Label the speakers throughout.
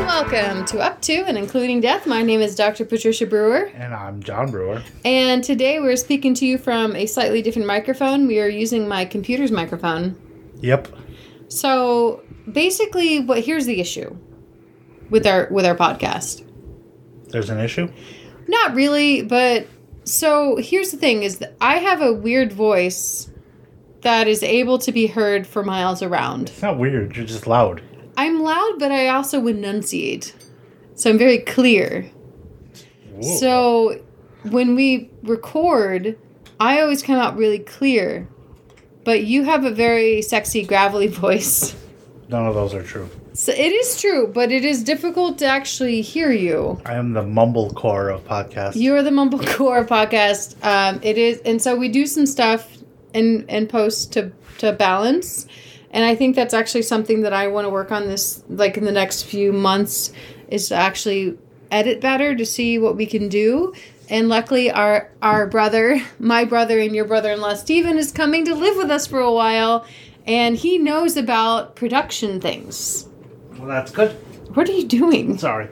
Speaker 1: on to Up to and Including Death. My name is Dr. Patricia Brewer,
Speaker 2: And I'm John Brewer.
Speaker 1: and today we're speaking to you from a slightly different microphone. We are using my computer's microphone.
Speaker 2: Yep.
Speaker 1: So basically, what here's the issue with our with our podcast.
Speaker 2: There's an issue.
Speaker 1: Not really, but so here's the thing is that I have a weird voice that is able to be heard for miles around.
Speaker 2: It's not weird. You're just loud.
Speaker 1: I'm loud, but I also enunciate. So I'm very clear.
Speaker 2: Whoa.
Speaker 1: So when we record, I always come out really clear. But you have a very sexy, gravelly voice.
Speaker 2: None of those are true.
Speaker 1: So it is true, but it is difficult to actually hear you.
Speaker 2: I am the mumblecore of podcasts.
Speaker 1: You are the Mumblecore podcast. Um, it is, and so we do some stuff and and post to to balance. And I think that's actually something that I want to work on this, like in the next few months, is to actually edit better to see what we can do. And luckily, our our brother, my brother, and your brother-in-law Steven is coming to live with us for a while, and he knows about production things.
Speaker 2: well, that's good.
Speaker 1: What are you doing?
Speaker 2: Sorry.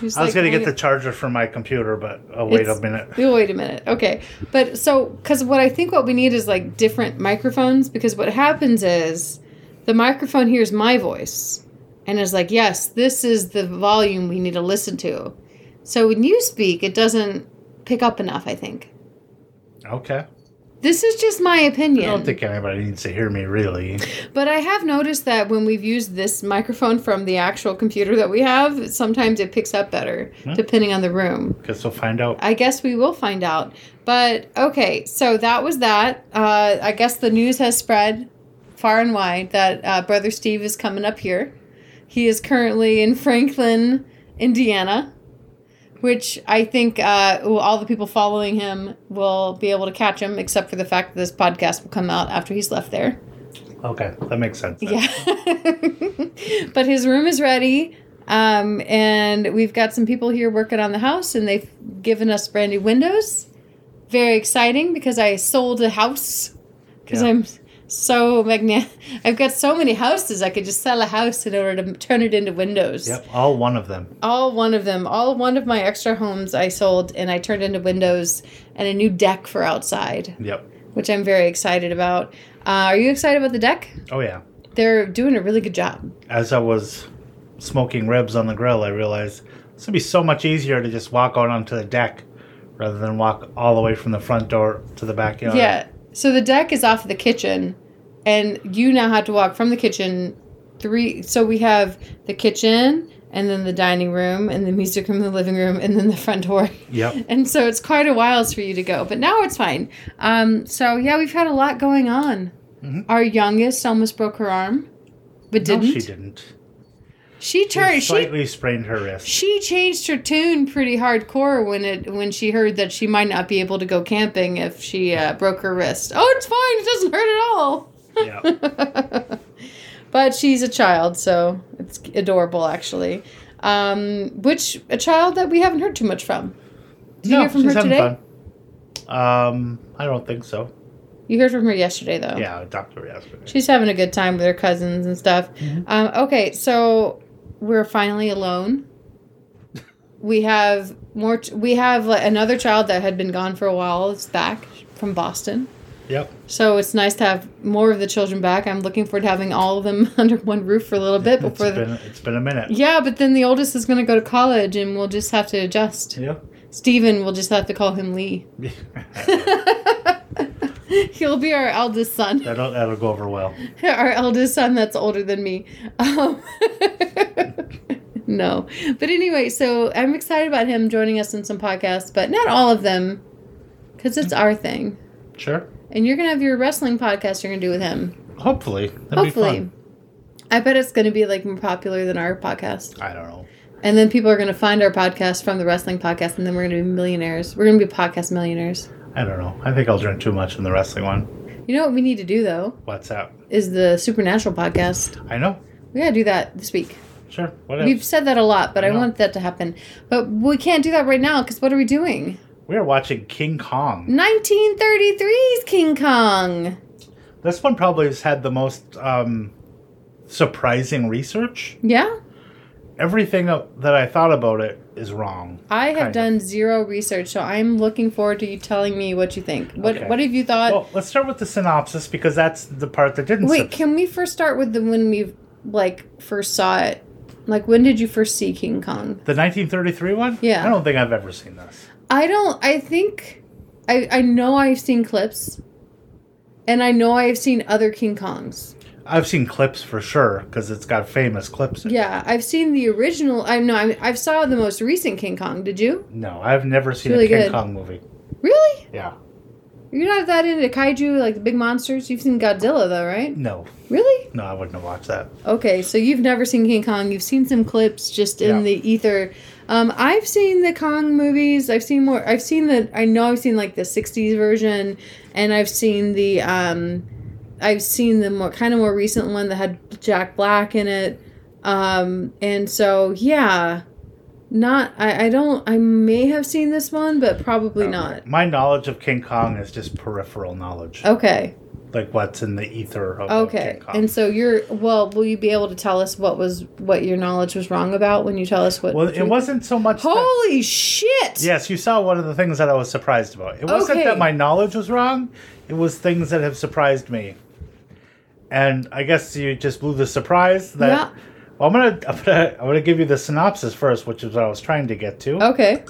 Speaker 1: He's
Speaker 2: I
Speaker 1: like,
Speaker 2: was
Speaker 1: "Oh,
Speaker 2: going to get
Speaker 1: "Wait."
Speaker 2: the charger for my computer, but oh, wait a
Speaker 1: It's-
Speaker 2: minute.
Speaker 1: Oh, wait a minute. Okay. But so, because what I think what we need is like different microphones, because what happens is the microphone hears my voice and is like, yes, this is the volume we need to listen to. So when you speak, it doesn't pick up enough, I think.
Speaker 2: Okay.
Speaker 1: This is just my
Speaker 2: I don't
Speaker 1: opinion.
Speaker 2: think anybody needs to hear me, really.
Speaker 1: but I have noticed that when we've used this microphone from the actual computer that we have, sometimes it picks up better,
Speaker 2: Hmm.
Speaker 1: depending on the room.
Speaker 2: Guess we'll find out.
Speaker 1: I guess we will find out. But okay, so that was that. Uh, I guess the news has spread far and wide that uh, Brother Steve is coming up here. He is currently in Franklin, Indiana, which I think uh, well, all the people following him will be able to catch him, except for the fact that this podcast will come out after he's left there.
Speaker 2: Okay, that makes sense. then.
Speaker 1: Yeah. but his room is ready. Um, and we've got some people here working on the house, and they've given us brand new windows. Very exciting because I sold a house because
Speaker 2: Yeah.
Speaker 1: I'm so magnet. I've got so many houses. I could just sell a house in order to turn it into windows.
Speaker 2: Yep, all one of them.
Speaker 1: All one of them, all one of my extra homes I sold and I turned into windows and a new deck for outside,
Speaker 2: Yep.
Speaker 1: which I'm very excited about. Uh, are you excited about the deck?
Speaker 2: Oh, yeah.
Speaker 1: They're doing a really good job.
Speaker 2: As I was smoking ribs on the grill, I realized this would be so much easier to just walk out onto the deck rather than walk all the way from the front door to the backyard.
Speaker 1: Yeah. So the deck is off the kitchen, and you now have to walk from the kitchen three. So we have the kitchen, and then the dining room, and the music room, the living room, and then the front door.
Speaker 2: Yep.
Speaker 1: And so it's quite a while for you to go, but now it's fine. Um, so yeah, we've had a lot going on.
Speaker 2: Mhm.
Speaker 1: Our youngest almost broke her arm, but didn't.
Speaker 2: No, she
Speaker 1: she,
Speaker 2: didn't. She
Speaker 1: turned. She
Speaker 2: slightly sprained her wrist.
Speaker 1: she changed her tune pretty hardcore when it when she heard that she might not be able to go camping if she uh, broke her wrist. Oh, it's fine. It doesn't hurt at all.
Speaker 2: yeah.
Speaker 1: But she's a child, so it's adorable actually. Um, which a child that we haven't heard too much from. Did you hear from her today?
Speaker 2: fun. Um, I don't think so.
Speaker 1: You heard from her yesterday though.
Speaker 2: Yeah, Doctor yesterday.
Speaker 1: She's having a good time with her cousins and stuff.
Speaker 2: Mhm.
Speaker 1: Um, okay, so we're finally alone. We have more. Ch- we have like, another child that had been gone for a while. It's back from Boston,
Speaker 2: Yep.
Speaker 1: so it's nice to have more of the children back. I'm looking forward to having all of them under one roof for a little bit
Speaker 2: It's
Speaker 1: before. The-
Speaker 2: been it's been a minute.
Speaker 1: yeah, but then the oldest is going to go to college, and we'll just have to adjust.
Speaker 2: Yep.
Speaker 1: Steven, we'll just have to call him Lee. He'll be our eldest son.
Speaker 2: that'll that'll go over well.
Speaker 1: our eldest son that's older than me. Um, no. But anyway, so I'm excited about him joining us in some podcasts, but not all of them because it's our thing.
Speaker 2: Sure.
Speaker 1: And you're going to have your wrestling podcast you're going to do with him.
Speaker 2: Hopefully. That'd be
Speaker 1: Hopefully.
Speaker 2: fun.
Speaker 1: I bet it's going to be like more popular than our podcast.
Speaker 2: I don't know.
Speaker 1: And then people are going to find our podcast from the wrestling podcast, and then we're going to be millionaires. We're going to be podcast millionaires.
Speaker 2: I don't know. I think I'll drink too much in the wrestling one.
Speaker 1: You know what we need to do, though,
Speaker 2: What's that?
Speaker 1: is the Supernatural podcast.
Speaker 2: I know.
Speaker 1: We got to do that this week.
Speaker 2: Sure. Whatever.
Speaker 1: We've said that a lot, but I,
Speaker 2: I know.
Speaker 1: want that to happen. But we can't do that right now because what are we doing?
Speaker 2: We are watching King Kong.
Speaker 1: 1933's King Kong.
Speaker 2: This one probably has had the most um, surprising research.
Speaker 1: Yeah?
Speaker 2: everything that I thought about it is wrong.
Speaker 1: I have
Speaker 2: Kind of.
Speaker 1: done zero research, so I'm looking forward to you telling me what you think. What
Speaker 2: Okay.
Speaker 1: What have you thought?
Speaker 2: Well, let's start with the synopsis because that's the part that didn't.
Speaker 1: Wait,
Speaker 2: sit-
Speaker 1: can we first start with the when we like first saw it? Like when did you first see King Kong?
Speaker 2: the 1933 one?
Speaker 1: Yeah.
Speaker 2: I don't think I've ever seen this.
Speaker 1: I don't. I think I I know I've seen clips, and I know I've seen other King Kongs.
Speaker 2: I've seen clips for sure because it's got famous clips. in it.
Speaker 1: Yeah, I've seen the original. I know I I've saw the most recent King Kong. Did you
Speaker 2: No, I've never seen
Speaker 1: really
Speaker 2: a King
Speaker 1: good.
Speaker 2: Kong movie.
Speaker 1: really?
Speaker 2: Yeah.
Speaker 1: You're not that into kaiju like the big monsters. You've seen Godzilla though, right?
Speaker 2: No,
Speaker 1: Really?
Speaker 2: no, I wouldn't have watched that.
Speaker 1: Okay, so you've never seen King Kong. You've seen some clips just in
Speaker 2: Yeah.
Speaker 1: the ether. Um, I've seen the Kong movies. I've seen more. I've seen the. I know I've seen like the '60s version, and I've seen the. Um, I've seen the more kind of more recent one that had Jack Black in it. Um, and so yeah, not. I, I don't. I may have seen this one, but probably not.
Speaker 2: My knowledge of King Kong is just peripheral knowledge,
Speaker 1: Okay.
Speaker 2: like what's in the ether of
Speaker 1: Oh. Okay.
Speaker 2: King Kong.
Speaker 1: And so you're. Well, will you be able to tell us what was what your knowledge was wrong about when you tell us what?
Speaker 2: well,
Speaker 1: the
Speaker 2: it
Speaker 1: truth
Speaker 2: wasn't so much. that-
Speaker 1: Holy shit!
Speaker 2: Yes, you saw one of the things that I was surprised about. It wasn't
Speaker 1: Okay.
Speaker 2: that my knowledge was wrong, it was things that have surprised me. And I guess you just blew the surprise that
Speaker 1: Yeah.
Speaker 2: well, I'm gonna, I'm gonna I'm gonna give you the synopsis first, which is what I was trying to get to.
Speaker 1: Okay.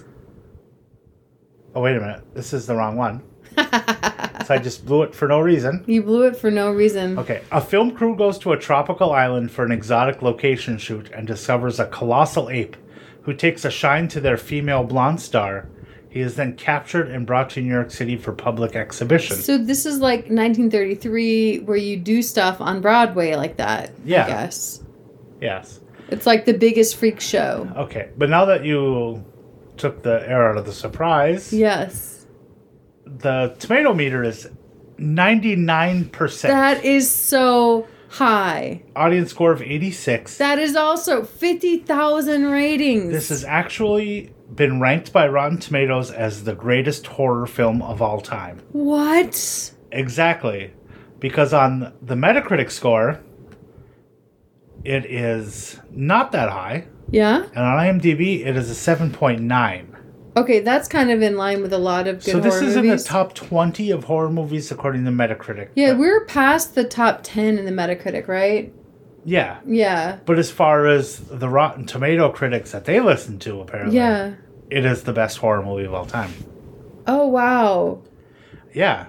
Speaker 2: Oh wait a minute, this is the wrong one. So I just blew it for no reason.
Speaker 1: you blew it for no reason.
Speaker 2: Okay, a film crew goes to a tropical island for an exotic location shoot and discovers a colossal ape who takes a shine to their female blonde star. He is then captured and brought to New York City for public exhibition.
Speaker 1: So this is like 1933, where you do stuff on Broadway like that.
Speaker 2: Yeah.
Speaker 1: I guess
Speaker 2: Yes.
Speaker 1: it's like the biggest freak show.
Speaker 2: Okay. But now that you took the air out of the surprise,
Speaker 1: Yes.
Speaker 2: the tomato meter is 99%.
Speaker 1: That is so high.
Speaker 2: Audience score of 86.
Speaker 1: That is also 50,000 ratings.
Speaker 2: this has actually been ranked by Rotten Tomatoes as the greatest horror film of all time.
Speaker 1: what?
Speaker 2: Exactly. Because on the Metacritic score, it is not that high.
Speaker 1: Yeah.
Speaker 2: And on IMDb, it is a 7.9.
Speaker 1: Okay, that's kind of in line with a lot of good
Speaker 2: So this
Speaker 1: horror
Speaker 2: is in the
Speaker 1: movies.
Speaker 2: top 20 of horror movies according to Metacritic.
Speaker 1: yeah,
Speaker 2: But-
Speaker 1: we're past the top 10 in the Metacritic, right?
Speaker 2: yeah.
Speaker 1: Yeah.
Speaker 2: But as far as the Rotten Tomato critics that they listen to, apparently,
Speaker 1: Yeah.
Speaker 2: it is the best horror movie of all time.
Speaker 1: Oh, wow.
Speaker 2: Yeah,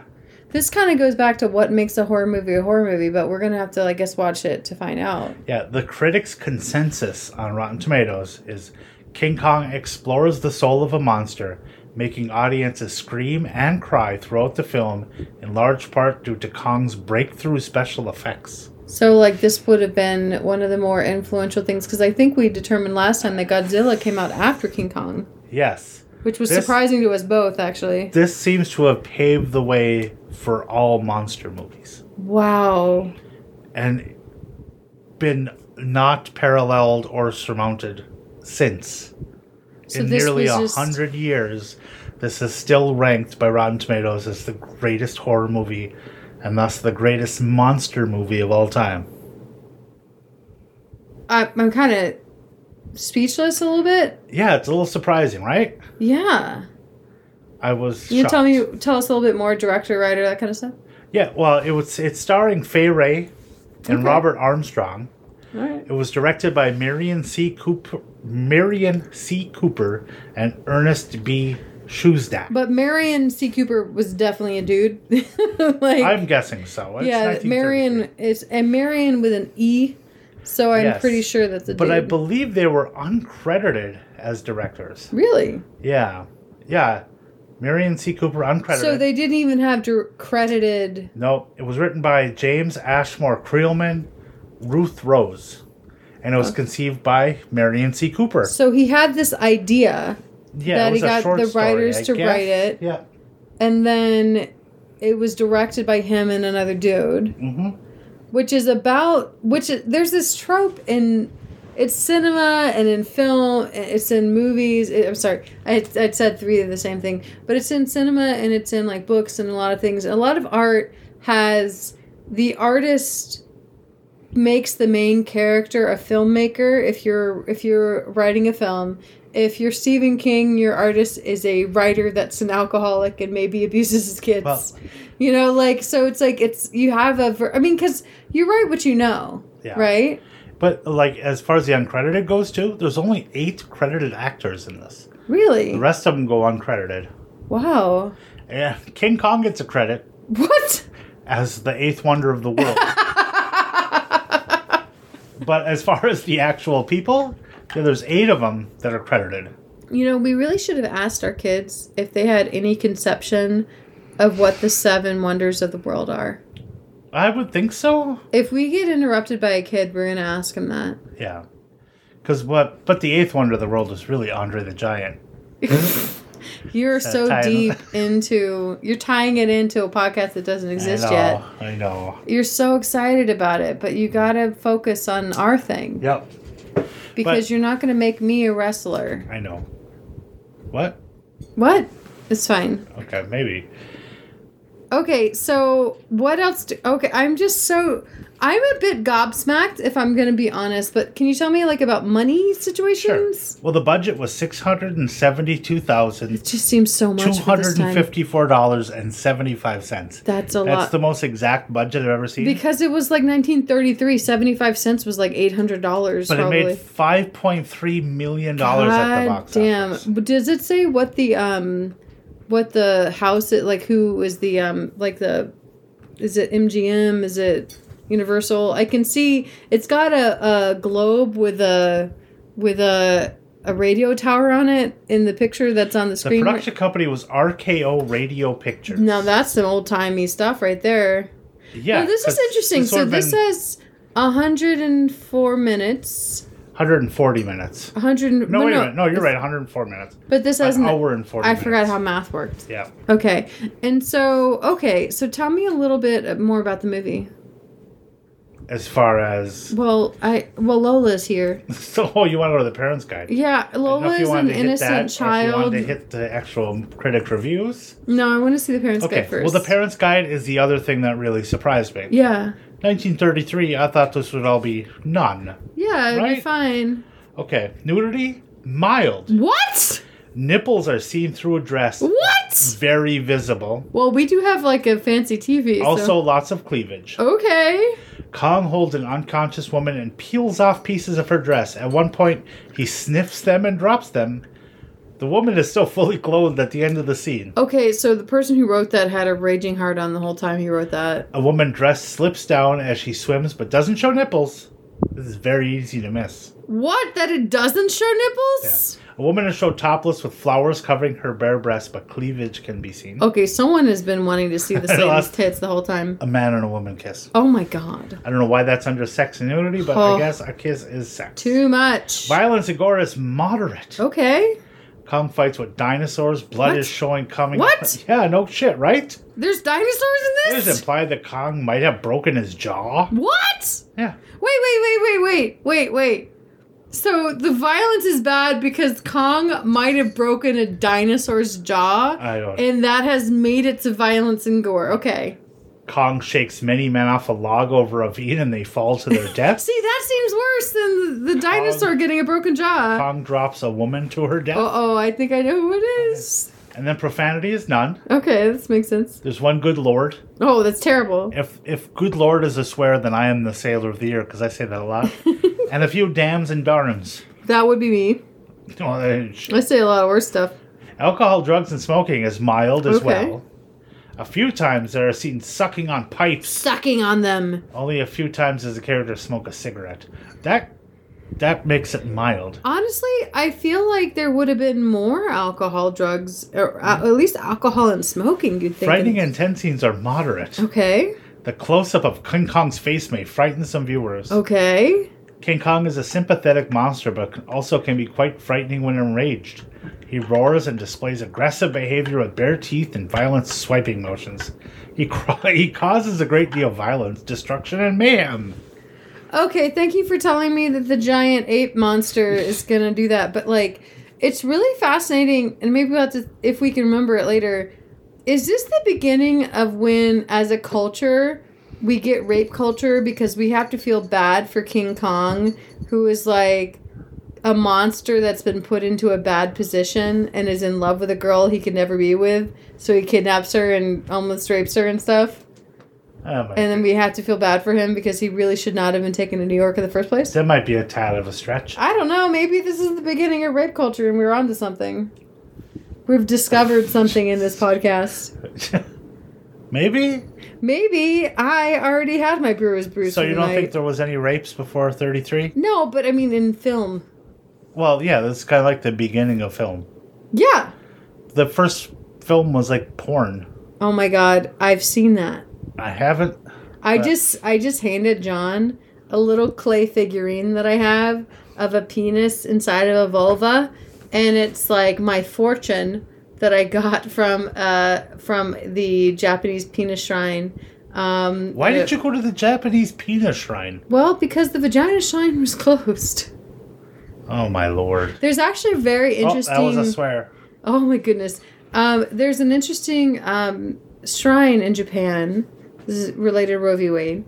Speaker 1: This kind of goes back to what makes a horror movie a horror movie, but we're gonna have to, I guess, watch it to find out.
Speaker 2: yeah. The critics' consensus on Rotten Tomatoes is King Kong explores the soul of a monster, making audiences scream and cry throughout the film, in large part due to Kong's breakthrough special effects.
Speaker 1: So, like, this would have been one of the more influential things because I think we determined last time that Godzilla came out after King Kong,
Speaker 2: Yes,
Speaker 1: which was
Speaker 2: This-
Speaker 1: surprising to us both, actually.
Speaker 2: this seems to have paved the way for all monster movies.
Speaker 1: Wow.
Speaker 2: and been not paralleled or surmounted since.
Speaker 1: So
Speaker 2: In
Speaker 1: this
Speaker 2: nearly
Speaker 1: was
Speaker 2: a
Speaker 1: just-
Speaker 2: hundred years, this is still ranked by Rotten Tomatoes as the greatest horror movie and thus the greatest monster movie of all time.
Speaker 1: I, I'm kind of speechless a little bit.
Speaker 2: Yeah, it's a little surprising, right?
Speaker 1: Yeah.
Speaker 2: I was
Speaker 1: You
Speaker 2: shocked.
Speaker 1: tell me, tell us a little bit more, director, writer, that kind of stuff.
Speaker 2: Yeah, well it was it's starring Fay Wray and
Speaker 1: Okay.
Speaker 2: Robert Armstrong.
Speaker 1: All right.
Speaker 2: It was directed by Marion C. Cooper Marion C. Cooper and Ernest B. Shoesdak.
Speaker 1: But Marion C. Cooper was definitely a dude. like,
Speaker 2: I'm guessing so. It's
Speaker 1: yeah,
Speaker 2: 1933.
Speaker 1: Marion is and Marion with an E, so I'm
Speaker 2: Yes.
Speaker 1: pretty sure that's a
Speaker 2: But
Speaker 1: dude.
Speaker 2: I believe they were uncredited as directors.
Speaker 1: really.
Speaker 2: Yeah, yeah. Marion C. Cooper uncredited.
Speaker 1: So they didn't even have dir- credited.
Speaker 2: no. It was written by James Ashmore Creelman, Ruth Rose, and it
Speaker 1: Oh.
Speaker 2: was conceived by Marion C. Cooper.
Speaker 1: So he had this idea,
Speaker 2: Yeah,
Speaker 1: that
Speaker 2: it
Speaker 1: he
Speaker 2: was a
Speaker 1: got
Speaker 2: short
Speaker 1: the
Speaker 2: story,
Speaker 1: writers
Speaker 2: I
Speaker 1: to
Speaker 2: guess.
Speaker 1: write it.
Speaker 2: Yeah.
Speaker 1: and then it was directed by him and another dude,
Speaker 2: hmm
Speaker 1: which is about which is, there's this trope in. It's cinema and in film. It's in movies. It, I'm sorry, I, I said three of the same thing, but it's in cinema and it's in like books and a lot of things. A lot of art has the artist makes the main character a filmmaker if you're if you're writing a film if you're Stephen King, your artist is a writer that's an alcoholic and maybe abuses his kids.
Speaker 2: Well-
Speaker 1: you know, like so it's like it's you have a ver- I mean cuz you write what you know,
Speaker 2: Yeah.
Speaker 1: right?
Speaker 2: But like as far as the uncredited goes too, there's only eight credited actors in this.
Speaker 1: Really?
Speaker 2: The rest of them go uncredited.
Speaker 1: Wow.
Speaker 2: Yeah, King Kong gets a credit
Speaker 1: What?
Speaker 2: as the eighth wonder of the world. but as far as the actual people, yeah, there's eight of them that are credited.
Speaker 1: You know, we really should have asked our kids if they had any conception of what the seven wonders of the world are.
Speaker 2: I would think so.
Speaker 1: If we get interrupted by a kid, we're going to ask him that.
Speaker 2: Yeah. Because what? But the eighth wonder of the world is really Andre the Giant.
Speaker 1: You're
Speaker 2: Gotta
Speaker 1: so
Speaker 2: tie it in.
Speaker 1: deep into you're tying it into a podcast that doesn't exist
Speaker 2: I know.
Speaker 1: yet.
Speaker 2: I know.
Speaker 1: You're so excited about it, but you gotta focus on our thing
Speaker 2: Yep.
Speaker 1: because
Speaker 2: but-
Speaker 1: you're not gonna make me a wrestler.
Speaker 2: I know. What?
Speaker 1: What? It's fine.
Speaker 2: Okay, maybe.
Speaker 1: Okay, so what else? Do, okay, I'm just so I'm a bit gobsmacked if I'm gonna be honest. But can you tell me like about money situations?
Speaker 2: Well, the budget was six hundred and seventy-two thousand
Speaker 1: It just seems so
Speaker 2: two
Speaker 1: much for this
Speaker 2: hundred and
Speaker 1: time.
Speaker 2: fifty-four dollars and seventy-five cents.
Speaker 1: That's a
Speaker 2: That's
Speaker 1: lot.
Speaker 2: the most exact budget I've ever seen.
Speaker 1: because it was like 1933, 75 cents was like $800
Speaker 2: but
Speaker 1: probably.
Speaker 2: it made five point three million dollars at
Speaker 1: God
Speaker 2: the box
Speaker 1: damn.
Speaker 2: office.
Speaker 1: But Does it say what the um what the house it like who is the um like the is it MGM? Is it Universal? I can see it's got a, a globe with a with a a radio tower on it in the picture that's on the
Speaker 2: The
Speaker 1: screen.
Speaker 2: production company was RKO Radio Pictures.
Speaker 1: now that's some old timey stuff right there.
Speaker 2: yeah,
Speaker 1: Now, this is interesting. So this says hundred and four minutes.
Speaker 2: one hundred and forty minutes.
Speaker 1: hundred
Speaker 2: No, wait a minute. No, you're right. One hundred and four minutes.
Speaker 1: But this has
Speaker 2: An
Speaker 1: an
Speaker 2: hour and forty.
Speaker 1: I
Speaker 2: minutes.
Speaker 1: forgot how math worked.
Speaker 2: Yeah.
Speaker 1: Okay. And so, okay, so tell me a little bit more about the movie.
Speaker 2: As far as
Speaker 1: Well, I well Lola's here.
Speaker 2: so, oh, you want to go to the parents' guide?
Speaker 1: Yeah,
Speaker 2: I don't know
Speaker 1: Lola
Speaker 2: if
Speaker 1: is
Speaker 2: wanted
Speaker 1: an
Speaker 2: to hit that or
Speaker 1: innocent
Speaker 2: If you
Speaker 1: child.
Speaker 2: wanted to hit the actual critic reviews.
Speaker 1: No, I want to see the parents'
Speaker 2: Okay.
Speaker 1: guide first.
Speaker 2: Well, the parents' guide is the other thing that really surprised me.
Speaker 1: Yeah.
Speaker 2: 1933. I thought this would all be none.
Speaker 1: Yeah, it'd be
Speaker 2: Right?
Speaker 1: fine.
Speaker 2: Okay. Nudity mild.
Speaker 1: What?
Speaker 2: Nipples are seen through a dress.
Speaker 1: What?
Speaker 2: Very visible.
Speaker 1: Well, we do have like a fancy TV. so-
Speaker 2: Also, lots of cleavage.
Speaker 1: Okay.
Speaker 2: Kong holds an unconscious woman and peels off pieces of her dress. At one point, he sniffs them and drops them. The woman is still fully clothed at the end of the scene.
Speaker 1: Okay, so the person who wrote that had a raging heart on the whole time he wrote that.
Speaker 2: A woman dressed slips down as she swims but doesn't show nipples. This is very easy to miss.
Speaker 1: What? That it doesn't show nipples?
Speaker 2: A woman is shown topless with flowers covering her bare breast, but cleavage can be seen.
Speaker 1: Okay, someone has been wanting to see the Satan's
Speaker 2: lost-
Speaker 1: tits the whole time.
Speaker 2: A man and a woman kiss.
Speaker 1: Oh my god.
Speaker 2: I don't know why that's under sex and nudity, but
Speaker 1: Oh.
Speaker 2: I guess a kiss is sex.
Speaker 1: Too much.
Speaker 2: Violence and gore is moderate.
Speaker 1: Okay.
Speaker 2: Kong fights with dinosaurs. Blood
Speaker 1: Oh. What?
Speaker 2: is showing coming.
Speaker 1: What?
Speaker 2: Yeah, no shit, right?
Speaker 1: There's dinosaurs in
Speaker 2: It
Speaker 1: this?
Speaker 2: is implied that Kong might have broken his jaw.
Speaker 1: what?
Speaker 2: Yeah.
Speaker 1: Wait, wait, wait, wait, wait, wait, wait. So the violence is bad because Kong might have broken a dinosaur's jaw.
Speaker 2: I don't know.
Speaker 1: and that has made it to violence and gore. Okay.
Speaker 2: Kong shakes many men off a log over a ravine and they fall to their deaths.
Speaker 1: See, that seems worse than the, the dinosaur getting a broken jaw.
Speaker 2: Kong drops a woman to her death.
Speaker 1: Uh oh, I think I know who it is.
Speaker 2: And then profanity is none.
Speaker 1: Okay, this makes sense.
Speaker 2: There's one good lord.
Speaker 1: Oh, that's terrible.
Speaker 2: If if good lord is a swear, then I am the sailor of the year because I say that a lot. and a few dams and darms.
Speaker 1: That would be me.
Speaker 2: Oh, eh, sh-
Speaker 1: I say a lot of worse stuff.
Speaker 2: Alcohol, drugs, and smoking is mild as
Speaker 1: Okay.
Speaker 2: well. A few times there are seen sucking on pipes.
Speaker 1: Sucking on them.
Speaker 2: Only a few times does a character smoke a cigarette. That that makes it mild.
Speaker 1: Honestly, I feel like there would have been more alcohol, drugs, or a- at least alcohol and smoking. You'd think. Oh.
Speaker 2: Frightening and tense scenes are moderate.
Speaker 1: Okay.
Speaker 2: The close up of King Kong's face may frighten some viewers.
Speaker 1: Oh. Okay.
Speaker 2: King Kong is a sympathetic monster, but can- also can be quite frightening when enraged. He roars and displays aggressive behavior with bare teeth and violent swiping motions. He, cr- he causes a great deal of violence, destruction, and mayhem.
Speaker 1: Okay. Thank you for telling me that the giant ape monster is gonna do that. But like, it's really fascinating, and maybe we'll have to, if we can remember it later. Is this the beginning of when, as a culture, we get rape culture because we have to feel bad for King Kong, who is like a monster that's been put into a bad position and is in love with a girl he could never be with, so he kidnaps her and almost rapes her and stuff.
Speaker 2: Oh my-
Speaker 1: And then we have to feel bad for him because he really should not have been taken to New York in the first place.
Speaker 2: that might be a tad of a stretch.
Speaker 1: I don't know. Maybe this is the beginning of rape culture and we're onto something. We've discovered something in this podcast.
Speaker 2: Maybe.
Speaker 1: Maybe I already had my brewer's brew.
Speaker 2: so
Speaker 1: for
Speaker 2: you
Speaker 1: the
Speaker 2: don't think
Speaker 1: night.
Speaker 2: there was any rapes before 33?
Speaker 1: No, but I mean in film.
Speaker 2: Well, yeah, that's kind of like the beginning of film.
Speaker 1: Yeah.
Speaker 2: The first film was like porn.
Speaker 1: Oh my god, I've seen that.
Speaker 2: I haven't.
Speaker 1: I
Speaker 2: But-
Speaker 1: just I just handed John a little clay figurine that I have of a penis inside of a vulva, and it's like my fortune that I got from uh from the Japanese penis shrine. Um,
Speaker 2: Why
Speaker 1: uh,
Speaker 2: did you go to the Japanese penis shrine?
Speaker 1: Well, because the vagina shrine was closed.
Speaker 2: Oh my lord.
Speaker 1: There's actually a very interesting.
Speaker 2: Oh, that was a swear.
Speaker 1: Oh my goodness. Um, there's an interesting um, shrine in Japan, this is related to Roe v. Wade,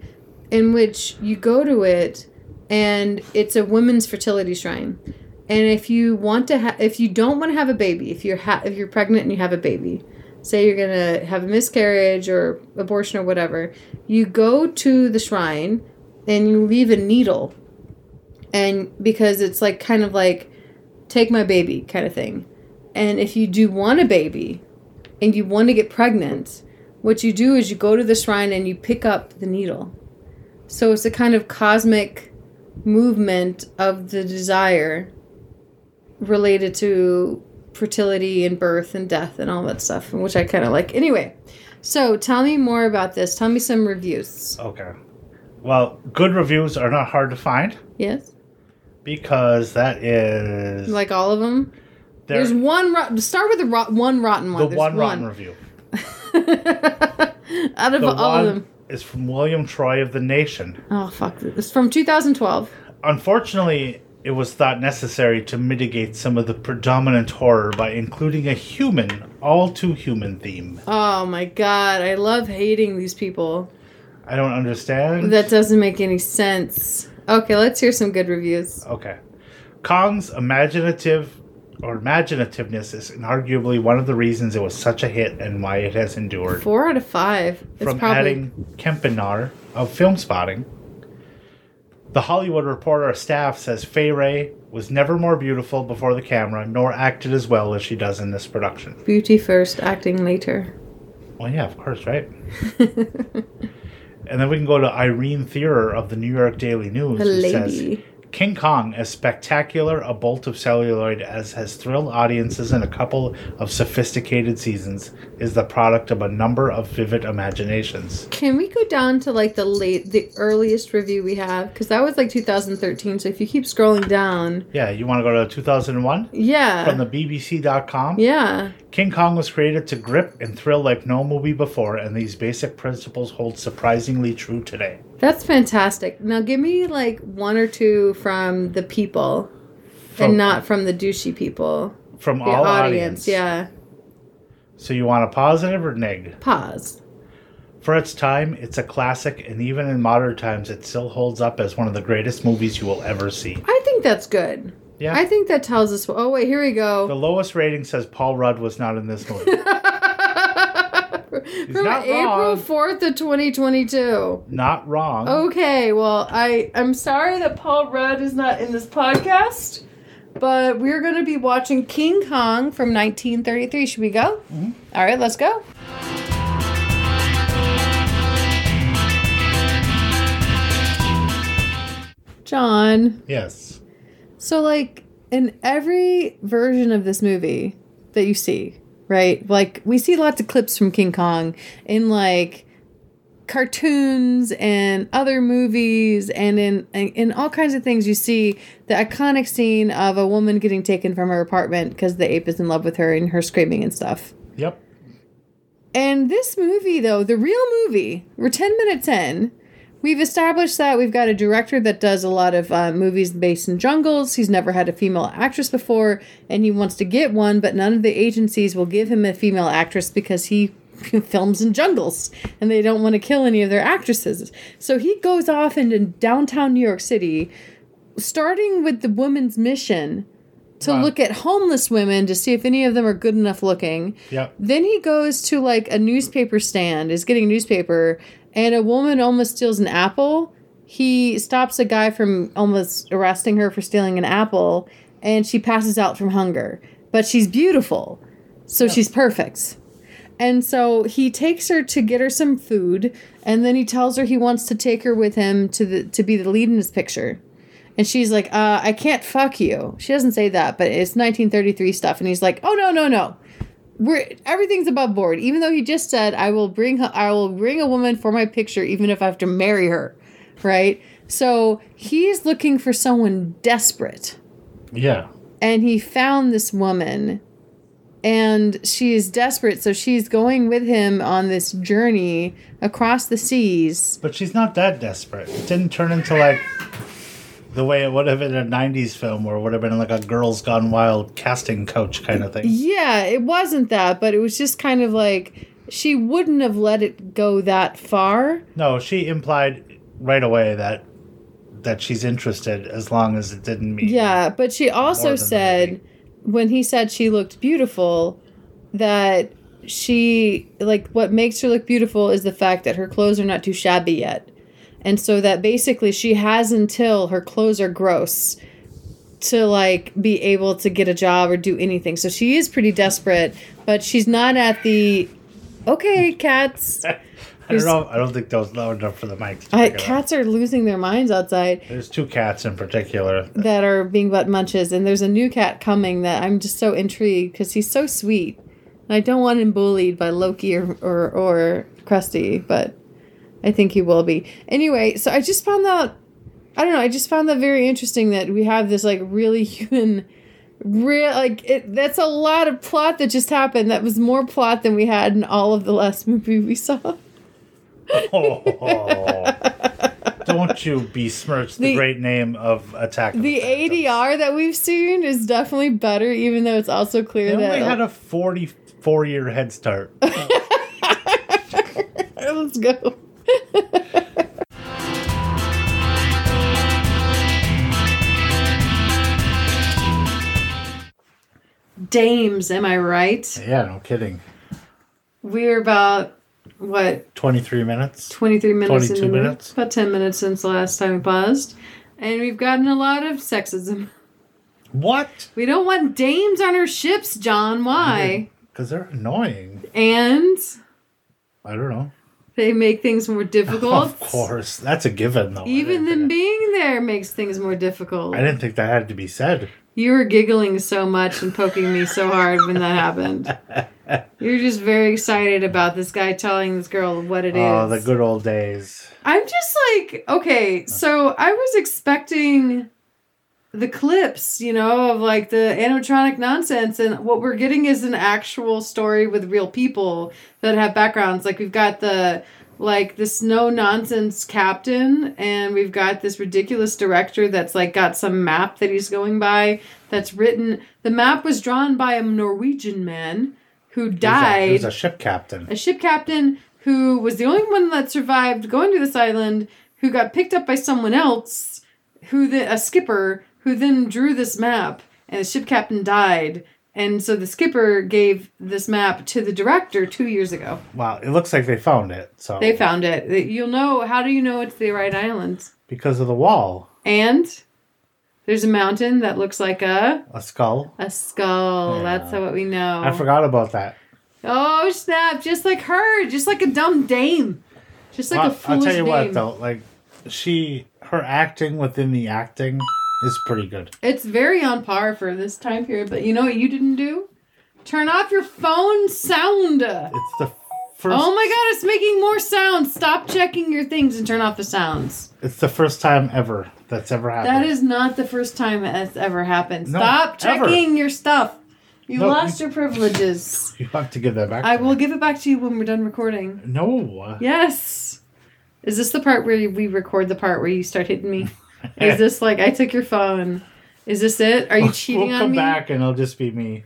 Speaker 1: in which you go to it and it's a women's fertility shrine. And if you want to ha- if you don't want to have a baby, if you're ha- if you're pregnant and you have a baby, say you're going to have a miscarriage or abortion or whatever, you go to the shrine and you leave a needle. And because it's like kind of like take my baby kind of thing. And if you do want a baby and you want to get pregnant, what you do is you go to the shrine and you pick up the needle. So it's a kind of cosmic movement of the desire related to fertility and birth and death and all that stuff, which I kind of like. Anyway, so tell me more about this. Tell me some reviews.
Speaker 2: Okay. Well, good reviews are not hard to find
Speaker 1: Yes?
Speaker 2: because that is
Speaker 1: Like all of them?
Speaker 2: there-
Speaker 1: There's one, rot- start with the rot- one rotten one.
Speaker 2: the
Speaker 1: There's
Speaker 2: one rotten review.
Speaker 1: Out of
Speaker 2: The
Speaker 1: all of
Speaker 2: one
Speaker 1: them.
Speaker 2: is from William Troy of the Nation.
Speaker 1: Oh fuck! It's from 2012.
Speaker 2: Unfortunately, it was thought necessary to mitigate some of the predominant horror by including a human, all too human theme.
Speaker 1: Oh my god! I love hating these people.
Speaker 2: I don't understand.
Speaker 1: That doesn't make any sense. Okay, let's hear some good reviews.
Speaker 2: Okay. Kong's imaginative or imaginativeness is arguably one of the reasons it was such a hit and why it has endured.
Speaker 1: Four out of five. It's
Speaker 2: From
Speaker 1: probably
Speaker 2: adding Kempinar of film spotting, The Hollywood Reporter staff says Fay Ray was never more beautiful before the camera nor acted as well as she does in this production.
Speaker 1: beauty first, acting later.
Speaker 2: Well, yeah, of course, right? And then we can go to Irene Theerer of the New York Daily News,
Speaker 1: The
Speaker 2: who says
Speaker 1: lady.
Speaker 2: King Kong, as spectacular a bolt of celluloid as has thrilled audiences in a couple of sophisticated seasons, is the product of a number of vivid imaginations.
Speaker 1: Can we go down to like the late, the earliest review we have? Because that was like 2013. So if you keep scrolling down,
Speaker 2: Yeah, you want to go to 2001?
Speaker 1: yeah,
Speaker 2: From the BBC.com?
Speaker 1: yeah.
Speaker 2: King Kong was created to grip and thrill like no movie before, and these basic principles hold surprisingly true today.
Speaker 1: That's fantastic. Now give me like one or two from the people and
Speaker 2: From-
Speaker 1: not from the douchey people.
Speaker 2: From
Speaker 1: The
Speaker 2: all
Speaker 1: audience,
Speaker 2: audience.
Speaker 1: yeah.
Speaker 2: So you want a positive or neg?
Speaker 1: Pause.
Speaker 2: For its time, it's a classic, and even in modern times, it still holds up as one of the greatest movies you will ever see.
Speaker 1: I think that's good.
Speaker 2: Yeah.
Speaker 1: I think that tells us. Oh wait, here we
Speaker 2: the
Speaker 1: go.
Speaker 2: lowest rating says Paul Rudd was not in this movie.
Speaker 1: From
Speaker 2: not
Speaker 1: April
Speaker 2: wrong.
Speaker 1: fourth of twenty twenty two.
Speaker 2: not wrong.
Speaker 1: Oh. Okay, well I I'm sorry that Paul Rudd is not in this podcast, but we're gonna be watching King Kong from nineteen thirty three. Should we go?
Speaker 2: Mm-hmm.
Speaker 1: All right, let's go. John.
Speaker 2: Yes.
Speaker 1: So, like, in every version of this movie that you see, right? Like, we see lots of clips from King Kong in, like, cartoons and other movies and in in all kinds of things you see the iconic scene of a woman getting taken from her apartment because the ape is in love with her and her screaming and stuff
Speaker 2: Yep.
Speaker 1: and this movie, though, the real movie, we're 10 minutes in. We've established that we've got a director that does a lot of uh, movies based in jungles. He's never had a female actress before, and he wants to get one, but none of the agencies will give him a female actress because he films in jungles and they don't want to kill any of their actresses. So he goes off into downtown New York City, starting with the woman's mission to
Speaker 2: Wow.
Speaker 1: look at homeless women to see if any of them are good enough looking.
Speaker 2: Yep.
Speaker 1: Then he goes to like a newspaper stand, is getting a newspaper, and a woman almost steals an apple. He stops a guy from almost arresting her for stealing an apple, and she passes out from hunger. But she's beautiful, so she's perfect. And so he takes her to get her some food, and then he tells her he wants to take her with him to the to be the lead in his picture. And she's like, uh, I can't fuck you. She doesn't say that, but it's 1933 stuff. And he's like, Oh no, no, no we're everything's above board. Even though he just said, "I will bring her, I will bring a woman for my picture, even if I have to marry her," right? So he's looking for someone desperate,
Speaker 2: Yeah.
Speaker 1: and he found this woman, and she is desperate. So she's going with him on this journey across the seas.
Speaker 2: But she's not that desperate. It didn't turn into like the way it would have in a 90s film where it would have been like a girls gone wild casting coach kind of thing.
Speaker 1: Yeah, it wasn't that, but it was just kind of like she wouldn't have let it go that far.
Speaker 2: No, she implied right away that that she's interested as long as it didn't mean
Speaker 1: Yeah, but she
Speaker 2: More
Speaker 1: also
Speaker 2: than
Speaker 1: said when he said she looked beautiful that she like what makes her look beautiful is the fact that her clothes are not too shabby yet. And so that basically she has until her clothes are gross to like be able to get a job or do anything. So she is pretty desperate, but she's not at the okay, cats.
Speaker 2: I don't know. I don't think that was loud enough for the mics. To
Speaker 1: I,
Speaker 2: pick it up.
Speaker 1: cats are losing their minds outside.
Speaker 2: There's two cats in particular.
Speaker 1: that are being butt munches, and there's a new cat coming that I'm just so intrigued because he's so sweet. And I don't want him bullied by Loki or, or or Krusty, but I think he will be. Anyway, so I just found that I don't know. I just found that very interesting that we have this like really human, real like it, that's a lot of plot that just happened. That was more plot than we had in all of the last movie we saw.
Speaker 2: Oh, don't you besmirch the,
Speaker 1: The-
Speaker 2: great name of Attack. Of
Speaker 1: The
Speaker 2: Phantoms.
Speaker 1: ADR that we've seen is definitely better, even though it's also clear
Speaker 2: They
Speaker 1: that
Speaker 2: only had a 44 year head start.
Speaker 1: Let's go. Dames, am I right?
Speaker 2: yeah, no kidding.
Speaker 1: We're about what
Speaker 2: 23 minutes.
Speaker 1: 23 minutes
Speaker 2: 22
Speaker 1: in the
Speaker 2: minutes.
Speaker 1: about 10 minutes since the last time we paused. And we've gotten a lot of sexism.
Speaker 2: What?
Speaker 1: We don't want dames on our ships, John. Why?
Speaker 2: Because they're annoying.
Speaker 1: And
Speaker 2: I don't know.
Speaker 1: they make things more difficult.
Speaker 2: Of course. That's a given, though. I
Speaker 1: Even
Speaker 2: didn't think
Speaker 1: them
Speaker 2: that-
Speaker 1: being there makes things more difficult.
Speaker 2: I didn't think that had to be said.
Speaker 1: You were giggling so much and poking me so hard when that happened. You're just very excited about this guy telling this girl what it is.
Speaker 2: Oh, the good old days.
Speaker 1: I'm just like, okay, so I was expecting the clips, you know, of like the animatronic nonsense, and what we're getting is an actual story with real people that have backgrounds. Like we've got the like this no nonsense captain, and we've got this ridiculous director that's like got some map that he's going by that's written. The map was drawn by a Norwegian man who
Speaker 2: He was a-
Speaker 1: died
Speaker 2: He was a ship captain.
Speaker 1: a ship captain who was the only one that survived going to this island, who got picked up by someone else, who the, a skipper, who then drew this map, and the ship captain died. And so the skipper gave this map to the director two years ago.
Speaker 2: Wow, it looks like they found it. So
Speaker 1: They found it. That- You'll know. How do you know it's the right island?
Speaker 2: because of the wall,
Speaker 1: And there's a mountain that looks like a
Speaker 2: a skull.
Speaker 1: a skull.
Speaker 2: Yeah.
Speaker 1: That's what we know.
Speaker 2: I forgot about that.
Speaker 1: Oh snap! Just like her, just like a dumb dame, just like a
Speaker 2: Well, I'll
Speaker 1: foolish
Speaker 2: tell you
Speaker 1: dame.
Speaker 2: what though, like she her acting within the acting is pretty good.
Speaker 1: It's very on par for this time period, but you know what you didn't do? Turn off your phone sound.
Speaker 2: It's the first
Speaker 1: Oh my god, it's making more sounds. Stop checking your things and turn off the sounds.
Speaker 2: it's the first time ever that's ever happened.
Speaker 1: That is not the first time that's ever happened.
Speaker 2: No,
Speaker 1: Stop
Speaker 2: ever.
Speaker 1: checking your stuff. You
Speaker 2: No,
Speaker 1: lost
Speaker 2: you-
Speaker 1: your privileges.
Speaker 2: you have to give that back.
Speaker 1: I
Speaker 2: to
Speaker 1: will
Speaker 2: me.
Speaker 1: give it back to you when we're done recording.
Speaker 2: No.
Speaker 1: Yes. Is this the part where we record the part where you start hitting me? Is this like I took your phone? Is this it? Are you cheating
Speaker 2: we'll
Speaker 1: on
Speaker 2: come
Speaker 1: me?
Speaker 2: back and it'll just be me.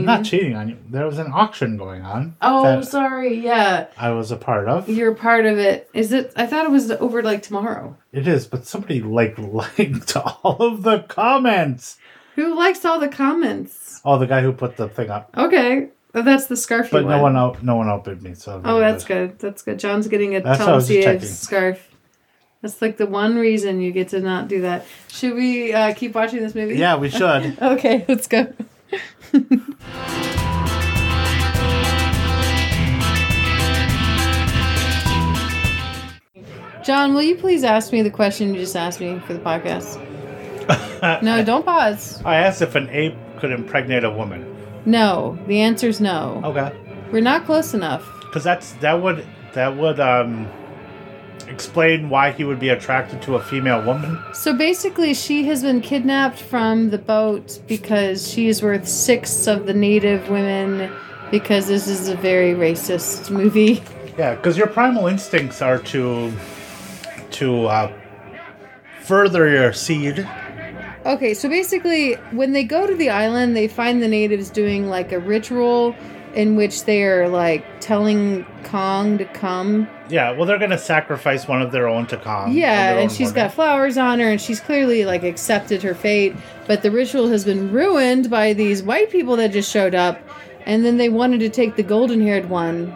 Speaker 2: not cheating on you. There was an auction going on.
Speaker 1: Mm-hmm. Oh,
Speaker 2: that
Speaker 1: sorry. Yeah,
Speaker 2: I was a part of.
Speaker 1: you're part of it. Is it? I thought it was over like tomorrow.
Speaker 2: It is, but somebody like liked all of the comments.
Speaker 1: Who likes all the comments?
Speaker 2: Oh, the guy who put the thing up,
Speaker 1: Okay, oh, that's the scarf.
Speaker 2: but
Speaker 1: you
Speaker 2: no
Speaker 1: want.
Speaker 2: one out, no one outbid me. So
Speaker 1: Oh, that's good. That's good. John's getting a
Speaker 2: That's what I
Speaker 1: Tom
Speaker 2: was just
Speaker 1: CA
Speaker 2: checking.
Speaker 1: scarf. That's like the one reason you get to not do that. Should we uh, keep watching this movie?
Speaker 2: Yeah, we should.
Speaker 1: Okay, let's go. John, will you please ask me the question you just asked me for the podcast? No, don't pause.
Speaker 2: I asked if an ape could impregnate a woman.
Speaker 1: No, the answer's no.
Speaker 2: Okay.
Speaker 1: We're not close enough.
Speaker 2: Because that's that would that would um explain why he would be attracted to a female woman.
Speaker 1: So basically, she has been kidnapped from the boat because she is worth six of the native women because this is a very racist movie.
Speaker 2: Yeah, because your primal instincts are to to uh, further your seed.
Speaker 1: Okay, so basically, when they go to the island, they find the natives doing like a ritual in which they are like telling Kong to come.
Speaker 2: Yeah, well, they're gonna sacrifice one of their own to Kong.
Speaker 1: yeah, and
Speaker 2: she's
Speaker 1: she's got flowers on her, and she's clearly like accepted her fate. But the ritual has been ruined by these white people that just showed up, and then they wanted to take the golden haired one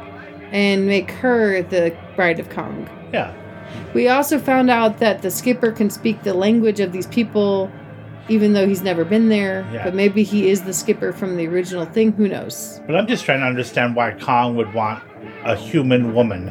Speaker 1: and make her the bride of Kong.
Speaker 2: Yeah,
Speaker 1: We also found out that the skipper can speak the language of these people, even though he's never been there.
Speaker 2: Yeah.
Speaker 1: But maybe he is the skipper from the original thing. Who knows?
Speaker 2: but I'm just trying to understand why Kong would want a human woman.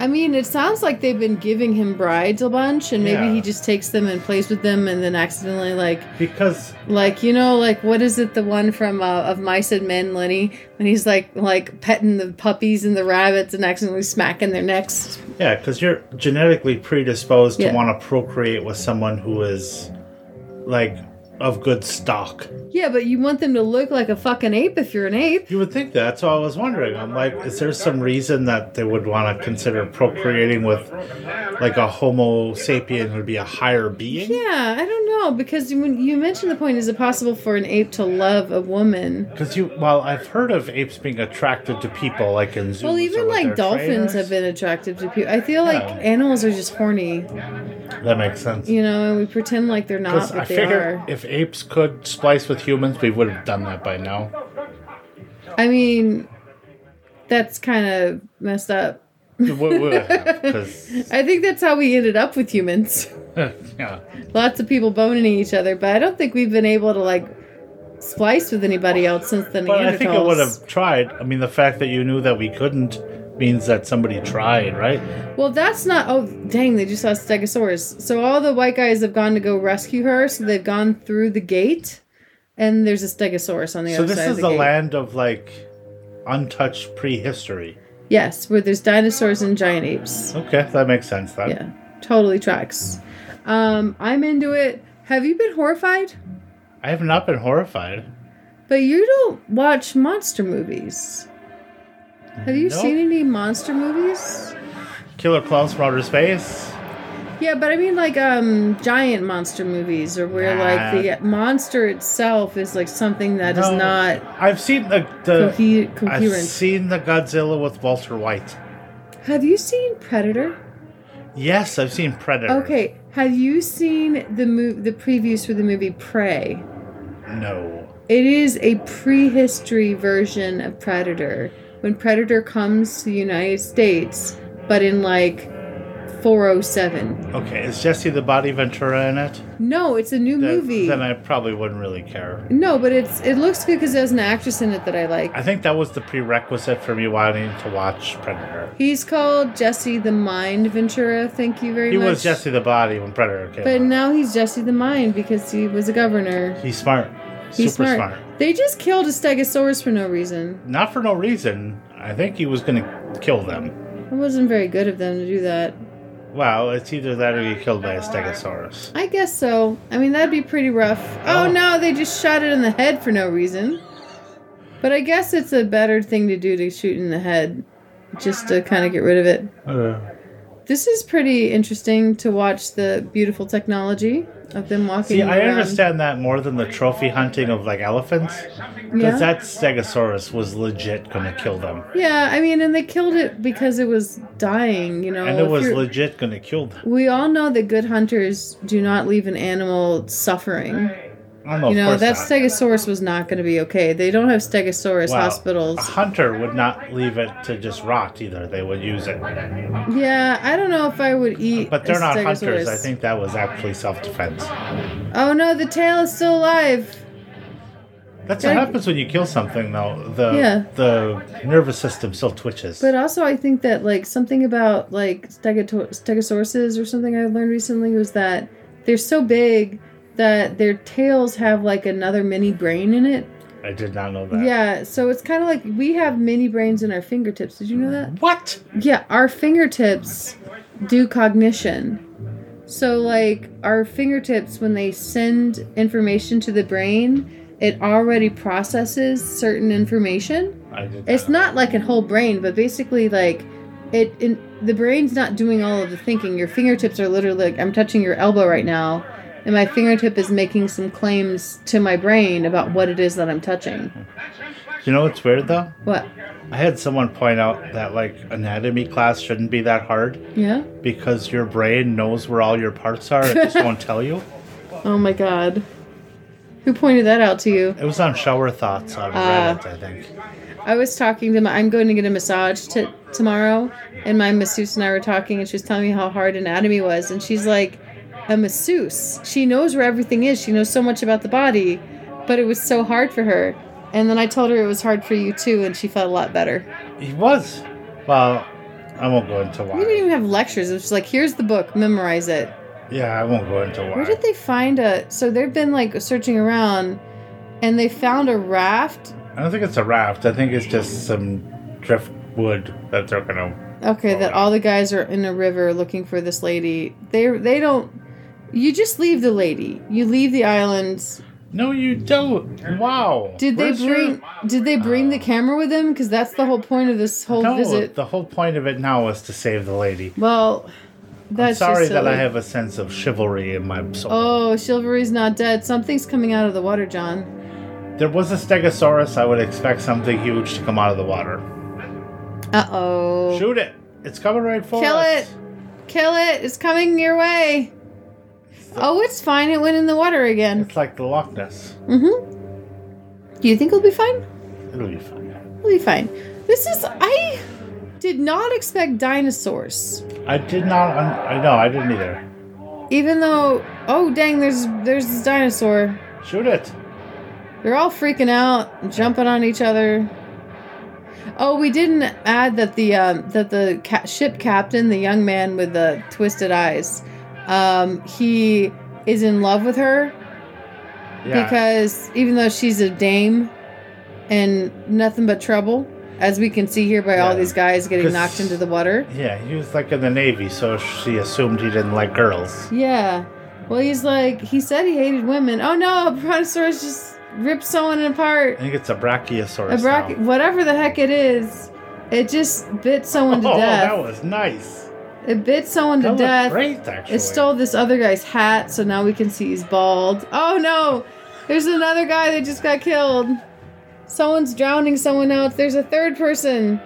Speaker 1: I mean, it sounds like they've been giving him brides a bunch, and maybe
Speaker 2: Yeah.
Speaker 1: he just takes them and plays with them, and then accidentally like.
Speaker 2: Because
Speaker 1: Like you know, like what is it? The one from uh, of Mice and Men, Lenny, when he's like like petting the puppies and the rabbits and accidentally smacking their necks.
Speaker 2: yeah, because you're genetically predisposed
Speaker 1: Yeah.
Speaker 2: to want to procreate with someone who is like of good stock.
Speaker 1: Yeah, but you want them to look like a fucking ape if you're an ape.
Speaker 2: You would think that, so I was wondering. I'm like, is there some reason that they would want to consider procreating with, like, a Homo sapien would be a higher being?
Speaker 1: Yeah, I don't know because you- when you mentioned the point, is it possible for an ape to love a woman?
Speaker 2: Because you, well, I've heard of apes being attracted to people, like in zoos.
Speaker 1: Well,
Speaker 2: or
Speaker 1: even
Speaker 2: with
Speaker 1: like
Speaker 2: their
Speaker 1: dolphins
Speaker 2: trainers.
Speaker 1: have been attractive to people. I feel like
Speaker 2: Yeah.
Speaker 1: animals are just horny,
Speaker 2: That makes sense.
Speaker 1: you know, and we pretend like they're not,
Speaker 2: Because
Speaker 1: but
Speaker 2: I
Speaker 1: they
Speaker 2: figure
Speaker 1: are.
Speaker 2: if apes could splice with humans, we would have done that by now.
Speaker 1: I mean, that's kind of messed up.
Speaker 2: We would have, 'cause-
Speaker 1: I think that's how we ended up with humans.
Speaker 2: yeah.
Speaker 1: Lots of people boning each other, but I don't think we've been able to like splice with anybody else since the
Speaker 2: But
Speaker 1: Neanderthals.
Speaker 2: I think it would have tried. I mean, the fact that you knew that we couldn't means that somebody tried, right?
Speaker 1: Well, that's not. Oh, dang! They just lost Stegosaurus. So all the white guys have gone to go rescue her. So they've gone through the gate, and there's a Stegosaurus on the
Speaker 2: So
Speaker 1: other
Speaker 2: this
Speaker 1: side. of
Speaker 2: is
Speaker 1: the
Speaker 2: the
Speaker 1: gate.
Speaker 2: land of like untouched prehistory.
Speaker 1: Yes, where there's dinosaurs and giant apes.
Speaker 2: Okay, that makes sense. Then
Speaker 1: Yeah, totally tracks. Um, I'm into it. Have you been horrified?
Speaker 2: I have not been horrified.
Speaker 1: But you don't watch monster movies. Have you
Speaker 2: Nope.
Speaker 1: seen any monster movies?
Speaker 2: Killer clowns from outer space.
Speaker 1: Yeah, but I mean like um giant monster movies or where
Speaker 2: Nah.
Speaker 1: like the monster itself is like something that is
Speaker 2: No. Uh,
Speaker 1: not
Speaker 2: I've seen the the.
Speaker 1: cohe-
Speaker 2: I've
Speaker 1: coherent.
Speaker 2: seen the Godzilla with Walter White.
Speaker 1: Have you seen Predator?
Speaker 2: Yes, I've seen Predator.
Speaker 1: Okay, have you seen the mov- the previews for the movie Prey?
Speaker 2: No.
Speaker 1: It is a prehistory version of Predator. When Predator comes to the United States, but in like 407.
Speaker 2: Okay, is Jesse the Body Ventura in it?
Speaker 1: No, it's a new
Speaker 2: Then-
Speaker 1: movie.
Speaker 2: Then I probably wouldn't really care.
Speaker 1: no, but it's it looks good because there's an actress in it that I like.
Speaker 2: I think that was the prerequisite for me wanting to watch Predator.
Speaker 1: He's called Jesse the Mind Ventura. Thank you very
Speaker 2: He
Speaker 1: much.
Speaker 2: was Jesse the Body when Predator came.
Speaker 1: But
Speaker 2: out.
Speaker 1: now he's Jesse the Mind because he was a governor.
Speaker 2: He's smart.
Speaker 1: He's
Speaker 2: Super
Speaker 1: smart.
Speaker 2: smart.
Speaker 1: They just killed a stegosaurus for no reason.
Speaker 2: Not for no reason. I think he was gonna kill them.
Speaker 1: It wasn't very good of them to do that.
Speaker 2: Well, it's either that or get killed by a stegosaurus.
Speaker 1: I guess so. I mean, that'd be pretty rough. Oh,
Speaker 2: Oh.
Speaker 1: no, they just shot it in the head for no reason. But I guess it's a better thing to do to shoot in the head, just to kind of get rid of it. this is pretty interesting to watch the beautiful technology of them walking.
Speaker 2: See, I
Speaker 1: around.
Speaker 2: understand that more than the trophy hunting of like elephants,
Speaker 1: Yeah.
Speaker 2: because that Stegosaurus was legit gonna kill them,
Speaker 1: Yeah, I mean, and they killed it because it was dying. You know,
Speaker 2: and it
Speaker 1: If
Speaker 2: was
Speaker 1: you're-
Speaker 2: legit gonna kill them.
Speaker 1: we all know that good hunters do not leave an animal suffering.
Speaker 2: I don't know.
Speaker 1: you
Speaker 2: of
Speaker 1: know,
Speaker 2: course
Speaker 1: that
Speaker 2: not.
Speaker 1: stegosaurus was not going to be okay. They don't have stegosaurus
Speaker 2: Well,
Speaker 1: hospitals.
Speaker 2: A hunter would not leave it to just rot either. They would use it.
Speaker 1: Yeah, I don't know if I would eat.
Speaker 2: But they're
Speaker 1: a
Speaker 2: not
Speaker 1: stegosaurus.
Speaker 2: hunters. I think that was actually self defense.
Speaker 1: Oh no, the tail is still alive.
Speaker 2: That's
Speaker 1: They're-
Speaker 2: what happens when you kill something, though. The
Speaker 1: Yeah.
Speaker 2: the nervous system still twitches.
Speaker 1: But also, I think that like something about like stegoto- stegosauruses or something I learned recently was that they're so big that their tails have like another mini brain in it.
Speaker 2: I did not know that.
Speaker 1: Yeah, so it's kind of like we have mini brains in our fingertips. Did you know that?
Speaker 2: What?
Speaker 1: Yeah, our fingertips do cognition. So, like, our fingertips, when they send information to the brain, it already processes certain information.
Speaker 2: I did
Speaker 1: It's not like a whole brain, but basically, like, it in, the brain's not doing all of the thinking. Your fingertips are literally like, I'm touching your elbow right now, and my fingertip is making some claims to my brain about what it is that I'm touching.
Speaker 2: You know what's weird though?
Speaker 1: What?
Speaker 2: I had someone point out that like anatomy class shouldn't be that hard
Speaker 1: Yeah?
Speaker 2: because your brain knows where all your parts are. It just won't tell you.
Speaker 1: Oh my god. Who pointed that out to you?
Speaker 2: It was on shower thoughts on
Speaker 1: Ah.
Speaker 2: Reddit, I think.
Speaker 1: I was talking to my. I'm going to get a massage t- tomorrow, and my masseuse and I were talking, and she was telling me how hard anatomy was, and she's like, a masseuse. She knows where everything is. She knows so much about the body, but it was so hard for her. And then I told her it was hard for you too, and she felt a lot better.
Speaker 2: He was. Well, I won't go into
Speaker 1: We didn't
Speaker 2: why.
Speaker 1: even have lectures. It was just like, here's the book, memorize it.
Speaker 2: Yeah, I won't go into
Speaker 1: Where did
Speaker 2: why.
Speaker 1: they find a? So they've been like searching around, and they found a raft.
Speaker 2: I don't think it's a raft. I think it's just some driftwood that they're gonna.
Speaker 1: Okay, that all the guys are in a river looking for this lady. They they don't. You just leave the lady. You leave the islands.
Speaker 2: No, you don't. Wow.
Speaker 1: Did they
Speaker 2: Where's your-
Speaker 1: bring? Did they bring the camera with them? Because that's the whole point of this whole
Speaker 2: No,
Speaker 1: visit.
Speaker 2: the whole point of it now was to save the lady.
Speaker 1: well,
Speaker 2: I'm
Speaker 1: that's
Speaker 2: sorry
Speaker 1: just
Speaker 2: that I
Speaker 1: silly.
Speaker 2: have a sense of chivalry in my soul.
Speaker 1: Oh, chivalry's not dead. Something's coming out of the water, John.
Speaker 2: There was a stegosaurus. I would expect something huge to come out of the water.
Speaker 1: Uh oh.
Speaker 2: Shoot it! It's coming right for
Speaker 1: Kill
Speaker 2: us.
Speaker 1: it. Kill it. It's coming your way. Oh, it's fine. It went in the water again.
Speaker 2: It's like the Loch Ness.
Speaker 1: Mm-hmm. Do you think it'll be fine?
Speaker 2: It'll be fine.
Speaker 1: We'll be fine. This is I did not expect dinosaurs.
Speaker 2: I did not. Un- I know. I didn't either.
Speaker 1: Even though oh dang there's there's this dinosaur.
Speaker 2: Shoot it!
Speaker 1: They're all freaking out, jumping on each other. Oh, we didn't add that the um, that the ca- ship captain, the young man with the twisted eyes, um, he is in love with her
Speaker 2: Yeah.
Speaker 1: because even though she's a dame and nothing but trouble, as we can see here by all
Speaker 2: Yeah.
Speaker 1: these guys getting
Speaker 2: 'Cause-
Speaker 1: knocked into the water.
Speaker 2: yeah, he was like in the navy, so she assumed he didn't like girls.
Speaker 1: Yeah. Well, he's like, he said he hated women. Oh no, a brontosaurus just ripped someone apart.
Speaker 2: I think it's a
Speaker 1: A
Speaker 2: brachiosaurus.
Speaker 1: brach-
Speaker 2: now.
Speaker 1: whatever the heck it is, it just bit someone to
Speaker 2: Oh,
Speaker 1: death.
Speaker 2: that was nice.
Speaker 1: it bit someone
Speaker 2: That
Speaker 1: to
Speaker 2: looked
Speaker 1: death.
Speaker 2: great, actually.
Speaker 1: It stole this other guy's hat, so now we can see he's bald. Oh no, there's another guy that just got killed. Someone's drowning someone else. There's a third person.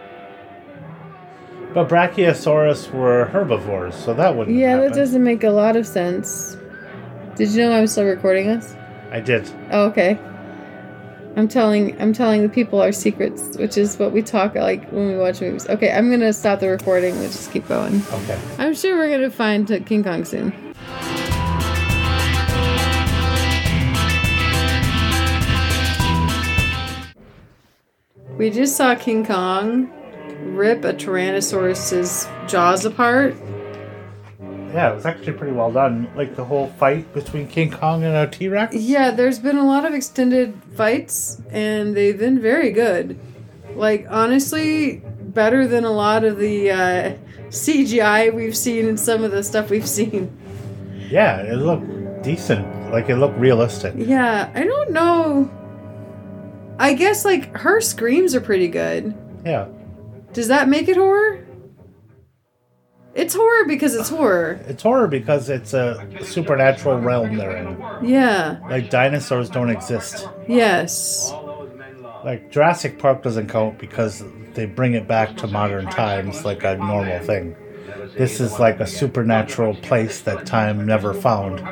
Speaker 2: But brachiosaurus were herbivores, so that wouldn't.
Speaker 1: Yeah,
Speaker 2: happen.
Speaker 1: that doesn't make a lot of sense. Did you know I'm still recording us?
Speaker 2: I did.
Speaker 1: Oh, okay. I'm telling I'm telling the people our secrets, which is what we talk like when we watch movies. Okay, I'm gonna stop the recording. Let's just keep going.
Speaker 2: Okay.
Speaker 1: I'm sure we're gonna find uh, King Kong soon. We just saw King Kong rip a Tyrannosaurus's jaws apart.
Speaker 2: Yeah, it was actually pretty well done. Like the whole fight between King Kong and a T Rex.
Speaker 1: Yeah, there's been a lot of extended fights, and they've been very good. Like, honestly, better than a lot of the uh, CGI we've seen and some of the stuff we've seen.
Speaker 2: Yeah, it looked decent. Like it looked realistic.
Speaker 1: Yeah, I don't know. I guess, like, her screams are pretty good.
Speaker 2: Yeah.
Speaker 1: Does that make it horror? It's horror because it's horror.
Speaker 2: It's horror because it's a supernatural realm they're in.
Speaker 1: Yeah.
Speaker 2: Like dinosaurs don't exist.
Speaker 1: Yes.
Speaker 2: Like Jurassic Park doesn't count because they bring it back to modern times like a normal thing. This is like a supernatural place that time never found.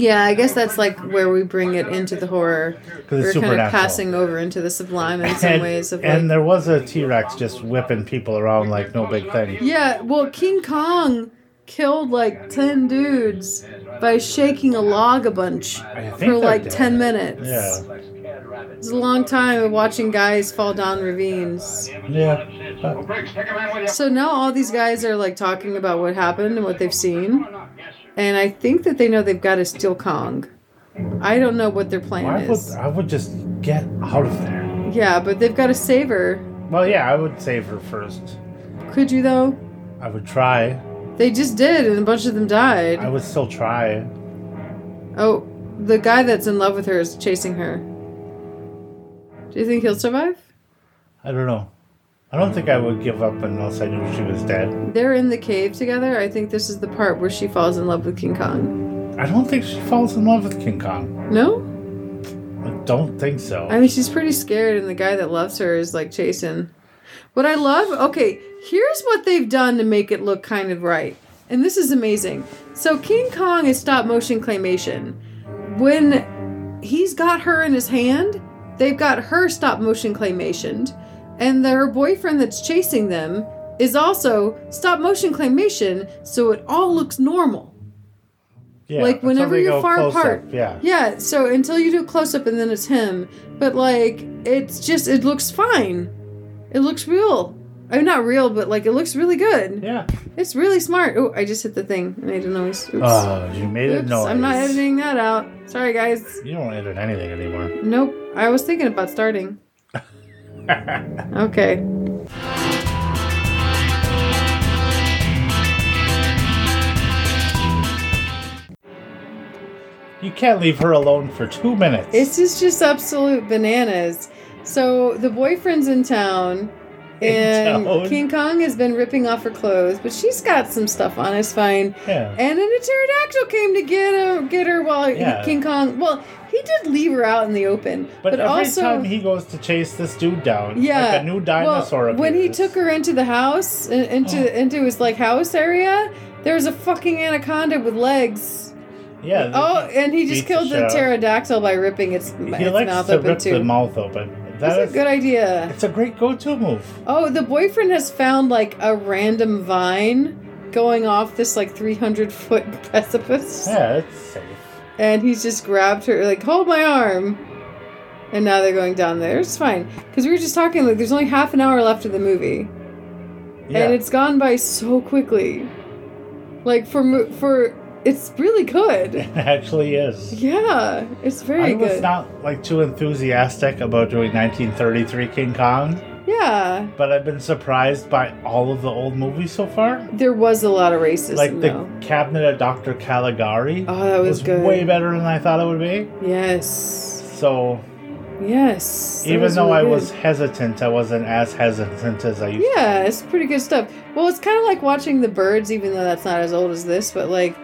Speaker 1: Yeah, I guess that's like where we bring it into the horror.
Speaker 2: it's
Speaker 1: We're kind
Speaker 2: supernatural.
Speaker 1: of passing over into the sublime in some
Speaker 2: And,
Speaker 1: ways of
Speaker 2: and
Speaker 1: like.
Speaker 2: there was a T Rex just whipping people around like no big thing.
Speaker 1: Yeah, well, King Kong killed like ten dudes by shaking a log a bunch
Speaker 2: I think
Speaker 1: for
Speaker 2: they
Speaker 1: like
Speaker 2: did.
Speaker 1: ten minutes.
Speaker 2: Yeah.
Speaker 1: It's a long time of watching guys fall down ravines.
Speaker 2: Yeah. But
Speaker 1: So now all these guys are like talking about what happened and what they've seen, and I think that they know they've got to steal Kong. I don't know what their plan
Speaker 2: I would
Speaker 1: is.
Speaker 2: I would just get out of there.
Speaker 1: Yeah, but they've got to save her.
Speaker 2: Well, yeah, I would save her first.
Speaker 1: Could you though?
Speaker 2: I would try.
Speaker 1: They just did, and a bunch of them
Speaker 2: I
Speaker 1: died.
Speaker 2: would still try.
Speaker 1: Oh, the guy that's in love with her is chasing her. Do you think he'll survive?
Speaker 2: I don't know. I don't think I would give up unless I knew she was dead.
Speaker 1: They're in the cave together. I think this is the part where she falls in love with King Kong.
Speaker 2: I don't think she falls in love with King Kong.
Speaker 1: No?
Speaker 2: I don't think so.
Speaker 1: I mean, she's pretty scared, and the guy that loves her is like chasing. What I love, okay, here's what they've done to make it look kind of right. And this is amazing. So, King Kong is stop motion claymation. When he's got her in his hand, they've got her stop motion claymationed, and their boyfriend that's chasing them is also stop motion claymation, so it all looks normal.
Speaker 2: yeah,
Speaker 1: like,
Speaker 2: until
Speaker 1: whenever
Speaker 2: they
Speaker 1: you're
Speaker 2: go
Speaker 1: far
Speaker 2: close
Speaker 1: apart.
Speaker 2: up, yeah.
Speaker 1: Yeah, so until you do a close up and then it's him. But like it's just it looks fine. It looks real. I mean not real, but like it looks really good.
Speaker 2: Yeah.
Speaker 1: It's really smart. Oh, I just hit the thing. I made a noise. Oops.
Speaker 2: Oh, you made a
Speaker 1: Oops.
Speaker 2: noise.
Speaker 1: I'm not editing that out. Sorry guys.
Speaker 2: You don't edit anything anymore.
Speaker 1: Nope. I was thinking about starting. okay.
Speaker 2: You can't leave her alone for two minutes.
Speaker 1: This is just absolute bananas. So the boyfriend's in town,
Speaker 2: In
Speaker 1: and
Speaker 2: town.
Speaker 1: King Kong has been ripping off her clothes, but she's got some stuff on. It's fine.
Speaker 2: yeah.
Speaker 1: And then a pterodactyl came to get her, get her while he-
Speaker 2: Yeah.
Speaker 1: King Kong. Well, he did leave her out in the open,
Speaker 2: But,
Speaker 1: but,
Speaker 2: every
Speaker 1: also.
Speaker 2: time he goes to chase this dude down,
Speaker 1: yeah,
Speaker 2: like a new dinosaur
Speaker 1: Well, when he
Speaker 2: appears. Oh.
Speaker 1: took her into the house, in- into into his like house area, there was a fucking anaconda with legs.
Speaker 2: Yeah.
Speaker 1: Oh, and he just
Speaker 2: beats the
Speaker 1: killed
Speaker 2: shit
Speaker 1: the
Speaker 2: out.
Speaker 1: pterodactyl by ripping its,
Speaker 2: he
Speaker 1: its
Speaker 2: likes
Speaker 1: mouth
Speaker 2: to
Speaker 1: open
Speaker 2: rip
Speaker 1: too.
Speaker 2: the mouth open. That
Speaker 1: That's
Speaker 2: is
Speaker 1: a good idea.
Speaker 2: It's a great go-to move.
Speaker 1: Oh, the boyfriend has found like a random vine going off this like 300 foot precipice.
Speaker 2: Yeah, it's safe.
Speaker 1: And he's just grabbed her, like, hold my arm. And now they're going down there. It's fine. Because we were just talking, like, there's only half an hour left of the movie.
Speaker 2: Yeah.
Speaker 1: And it's gone by so quickly. Like, for, mo- for, it's really good.
Speaker 2: It actually is.
Speaker 1: Yeah, it's very
Speaker 2: I was
Speaker 1: good.
Speaker 2: not like too enthusiastic about doing 1933 King Kong,
Speaker 1: yeah.
Speaker 2: but I've been surprised by all of the old movies so far.
Speaker 1: There was a lot of racism,
Speaker 2: Like the
Speaker 1: though.
Speaker 2: Cabinet of Dr. Caligari
Speaker 1: Oh, that was, good.
Speaker 2: way better than I thought it would be.
Speaker 1: Yes.
Speaker 2: So
Speaker 1: Yes. that
Speaker 2: even
Speaker 1: was
Speaker 2: though
Speaker 1: really
Speaker 2: I
Speaker 1: good.
Speaker 2: was hesitant, I wasn't as hesitant as I used. to.
Speaker 1: Yeah, it's pretty good stuff. Well, it's kind of like watching The Birds, even though that's not as old as this, but like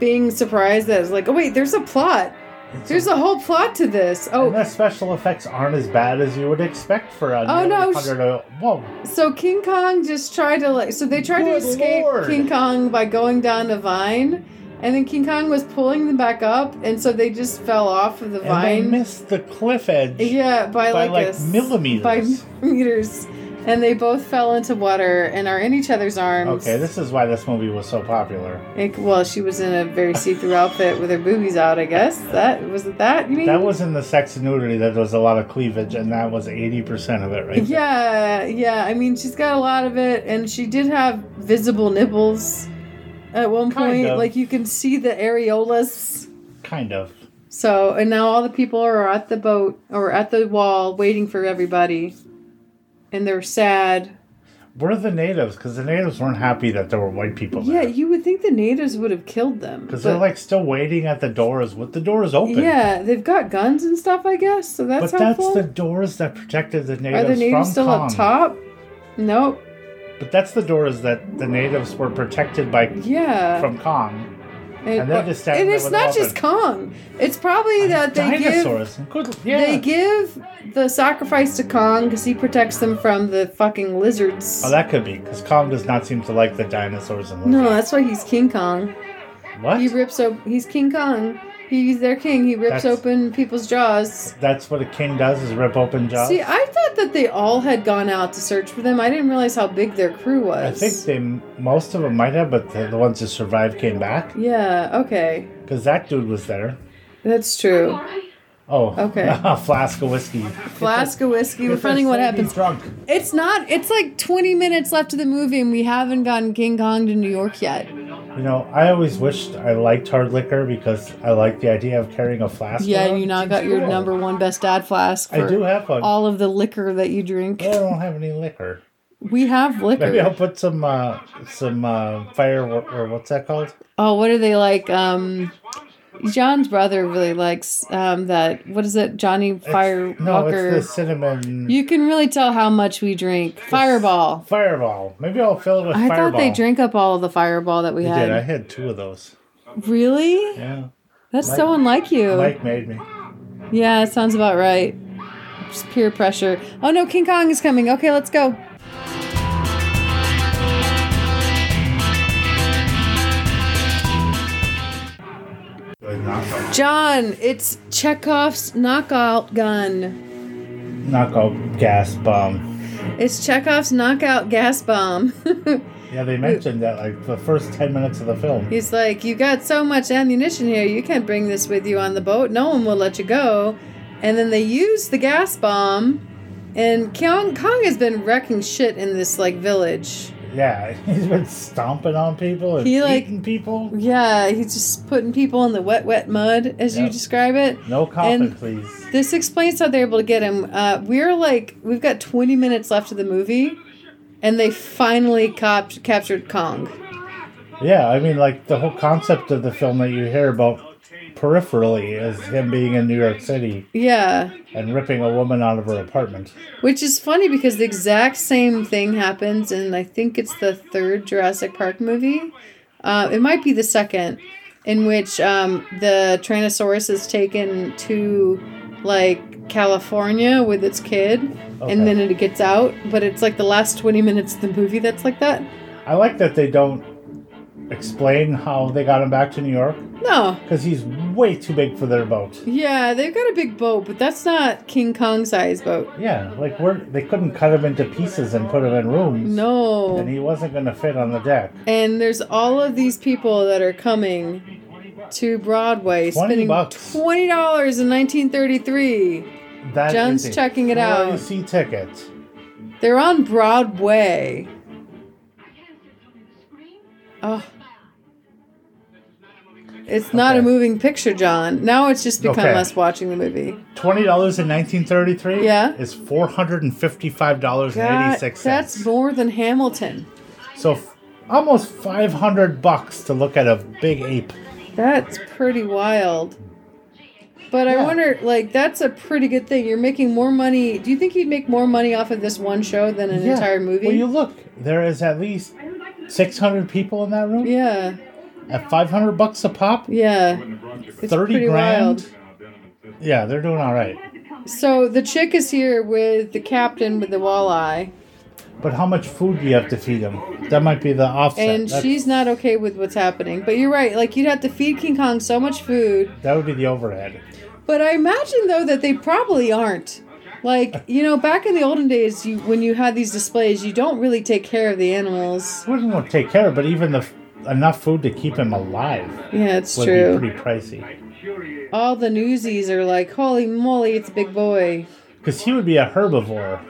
Speaker 1: being surprised that it's like, oh, wait, there's a plot.
Speaker 2: It's
Speaker 1: There's a whole plot to this.
Speaker 2: And
Speaker 1: Oh,
Speaker 2: the special effects aren't as bad as you would expect for a
Speaker 1: Oh, no, sh-
Speaker 2: hundred. Whoa,
Speaker 1: so King Kong just tried to like, so they tried to
Speaker 2: Good
Speaker 1: escape
Speaker 2: Lord.
Speaker 1: King Kong by going down a vine, and then King Kong was pulling them back up, and so they just fell off of the
Speaker 2: and they
Speaker 1: vine.
Speaker 2: missed the cliff edge.
Speaker 1: Yeah, by,
Speaker 2: by,
Speaker 1: like,
Speaker 2: like,
Speaker 1: a s-
Speaker 2: millimeters.
Speaker 1: By millimeters. And they both fell into water and are in each other's arms.
Speaker 2: Okay, this is why this movie was so popular.
Speaker 1: Like, well, she was in a very see-through outfit with her boobies out. I guess that was it. That you mean?
Speaker 2: That was in the sex and nudity. That there was a lot of cleavage, and that was eighty percent of it, right? there.
Speaker 1: Yeah, yeah. I mean, she's got a lot of it, and she did have visible nipples at one
Speaker 2: Kind
Speaker 1: point.
Speaker 2: of.
Speaker 1: Like you can see the areolas.
Speaker 2: kind of.
Speaker 1: So, and now all the people are at the boat or at the wall waiting for everybody, and they're sad.
Speaker 2: Were the natives? Because the natives weren't happy that there were white people.
Speaker 1: Yeah,
Speaker 2: there.
Speaker 1: you would think the natives would have killed them.
Speaker 2: because
Speaker 1: but-
Speaker 2: they're like still waiting at the doors with the doors open.
Speaker 1: yeah, they've got guns and stuff. I guess so. That's
Speaker 2: but that's
Speaker 1: helpful.
Speaker 2: the doors that protected the natives.
Speaker 1: Are the natives
Speaker 2: from
Speaker 1: still
Speaker 2: Kong.
Speaker 1: up top? Nope.
Speaker 2: But that's the doors that the natives were protected by
Speaker 1: Yeah.
Speaker 2: from Kong. and then just stabbed
Speaker 1: and
Speaker 2: them
Speaker 1: it's
Speaker 2: with
Speaker 1: not
Speaker 2: a weapon.
Speaker 1: just Kong. It's probably that they give
Speaker 2: Dinosaurs. Good. Yeah.
Speaker 1: They give the sacrifice to Kong because he protects them from the fucking lizards.
Speaker 2: oh, that could be because Kong does not seem to like the dinosaurs and
Speaker 1: no, that's why he's King Kong.
Speaker 2: what?
Speaker 1: He rips open. He's King Kong. He's their king. He rips
Speaker 2: That's-
Speaker 1: open people's jaws.
Speaker 2: that's what a king does is rip open jaws.
Speaker 1: See, I thought that they all had gone out to search for them. I didn't realize how big their crew
Speaker 2: I
Speaker 1: was.
Speaker 2: think they most of them might have, but the, the ones who survived came back
Speaker 1: yeah. Okay,
Speaker 2: because that dude was there.
Speaker 1: that's true.
Speaker 2: Oh,
Speaker 1: Okay.
Speaker 2: a flask of whiskey.
Speaker 1: Flask of whiskey. We're finding what happens.
Speaker 2: Drunk.
Speaker 1: It's not. It's like 20 minutes left of the movie, and we haven't gotten King Kong to New York yet.
Speaker 2: You know, I always wished I liked hard liquor because I like the idea of carrying a flask.
Speaker 1: Yeah,
Speaker 2: around.
Speaker 1: you now got your
Speaker 2: Cool.
Speaker 1: number one best dad flask.
Speaker 2: uh, I
Speaker 1: for-
Speaker 2: do have one.
Speaker 1: all of the liquor that you drink.
Speaker 2: I don't have any liquor.
Speaker 1: We have
Speaker 2: Maybe I'll
Speaker 1: liquor.
Speaker 2: put some uh, some uh, fire or what's that called?
Speaker 1: Oh, what are they like? Um, John's brother really likes um, that. What is it, Johnny
Speaker 2: It's-
Speaker 1: Firewalker?
Speaker 2: No, it's the cinnamon
Speaker 1: You can really tell how much we drink. Fireball.
Speaker 2: fireball. Maybe I'll fill it with
Speaker 1: I
Speaker 2: fireball.
Speaker 1: thought they drank up all of the fireball that we
Speaker 2: I
Speaker 1: had.
Speaker 2: did. I had two of those.
Speaker 1: Really?
Speaker 2: Yeah,
Speaker 1: That's so unlike you.
Speaker 2: Mike made me.
Speaker 1: Yeah, it sounds about right. Just peer pressure. Oh no, King Kong is coming. Okay, let's go. John, it's Chekhov's knockout gun.
Speaker 2: Knockout gas bomb.
Speaker 1: It's Chekhov's knockout gas bomb.
Speaker 2: Yeah, they mentioned that like the first ten minutes of the film.
Speaker 1: He's like, You got so much ammunition here, you can't bring this with you on the boat. No one will let you go. And then they use the gas bomb. And Kong, Kong has been wrecking shit in this like village.
Speaker 2: Yeah, he's been stomping on people and
Speaker 1: He, like-
Speaker 2: eating people.
Speaker 1: Yeah, he's just putting people in the wet, wet mud, as you
Speaker 2: Yep.
Speaker 1: describe it.
Speaker 2: No coffin,
Speaker 1: And-
Speaker 2: please.
Speaker 1: This explains how they're able to get him. Uh, we're like, we've got 20 minutes left of the movie, and they finally cop- captured Kong.
Speaker 2: Yeah, I mean, like the whole concept of the film that you hear about peripherally is him being in New York City
Speaker 1: Yeah.
Speaker 2: and ripping a woman out of her apartment.
Speaker 1: Which is funny because the exact same thing happens in, I think it's the third Jurassic Park movie. Uh, it might be the second, in which um, the Tyrannosaurus is taken to, like, California with its kid,
Speaker 2: Okay.
Speaker 1: and then it gets out. But it's like the last 20 minutes of the movie that's like that.
Speaker 2: I like that they don't explain how they got him back to New York
Speaker 1: No.
Speaker 2: because he's way too big for their boat.
Speaker 1: Yeah, they've got a big boat, but that's not King Kong size boat.
Speaker 2: Yeah, like we're, they couldn't cut him into pieces and put him in rooms.
Speaker 1: No.
Speaker 2: And he wasn't going to fit on the deck.
Speaker 1: And there's all of these people that are coming to Broadway
Speaker 2: 20
Speaker 1: spending
Speaker 2: bucks.
Speaker 1: twenty dollars in nineteen thirty three.
Speaker 2: That
Speaker 1: John's
Speaker 2: is a
Speaker 1: checking it out.
Speaker 2: Courtesy ticket.
Speaker 1: They're on Broadway. Oh. It's not a
Speaker 2: Okay.
Speaker 1: moving picture, John. Now it's just become
Speaker 2: Okay.
Speaker 1: us watching the movie.
Speaker 2: Twenty dollars in nineteen thirty three.
Speaker 1: Yeah.
Speaker 2: is four hundred and fifty five dollars and
Speaker 1: God,
Speaker 2: eighty six cents.
Speaker 1: that's more than Hamilton.
Speaker 2: so f- almost five hundred bucks to look at a big ape.
Speaker 1: That's pretty wild. But I
Speaker 2: Yeah.
Speaker 1: wonder, like, that's a pretty good thing. You're making more money. Do you think you'd make more money off of this one show than an
Speaker 2: Yeah.
Speaker 1: entire movie?
Speaker 2: Well, you look. There is at least six hundred people in that room.
Speaker 1: yeah,
Speaker 2: At five hundred bucks a pop,
Speaker 1: yeah. It's
Speaker 2: thirty
Speaker 1: pretty
Speaker 2: grand.
Speaker 1: wild.
Speaker 2: Yeah, they're doing all right.
Speaker 1: So the chick is here with the captain with the walleye,
Speaker 2: But how much food do you have to feed them? That might be the offset.
Speaker 1: and
Speaker 2: That's-
Speaker 1: she's not okay with what's happening. But you're right. Like, you'd have to feed King Kong so much food.
Speaker 2: that would be the overhead.
Speaker 1: But I imagine though that they probably aren't. Like, you know, back in the olden days, you when you had these displays, you don't really take care of the animals.
Speaker 2: Wouldn't want to take care of, but even the f- enough food to keep him alive
Speaker 1: Yeah, it's
Speaker 2: would
Speaker 1: true.
Speaker 2: be pretty pricey.
Speaker 1: all the newsies are like, holy moly, it's a big boy.
Speaker 2: Because he would be a herbivore.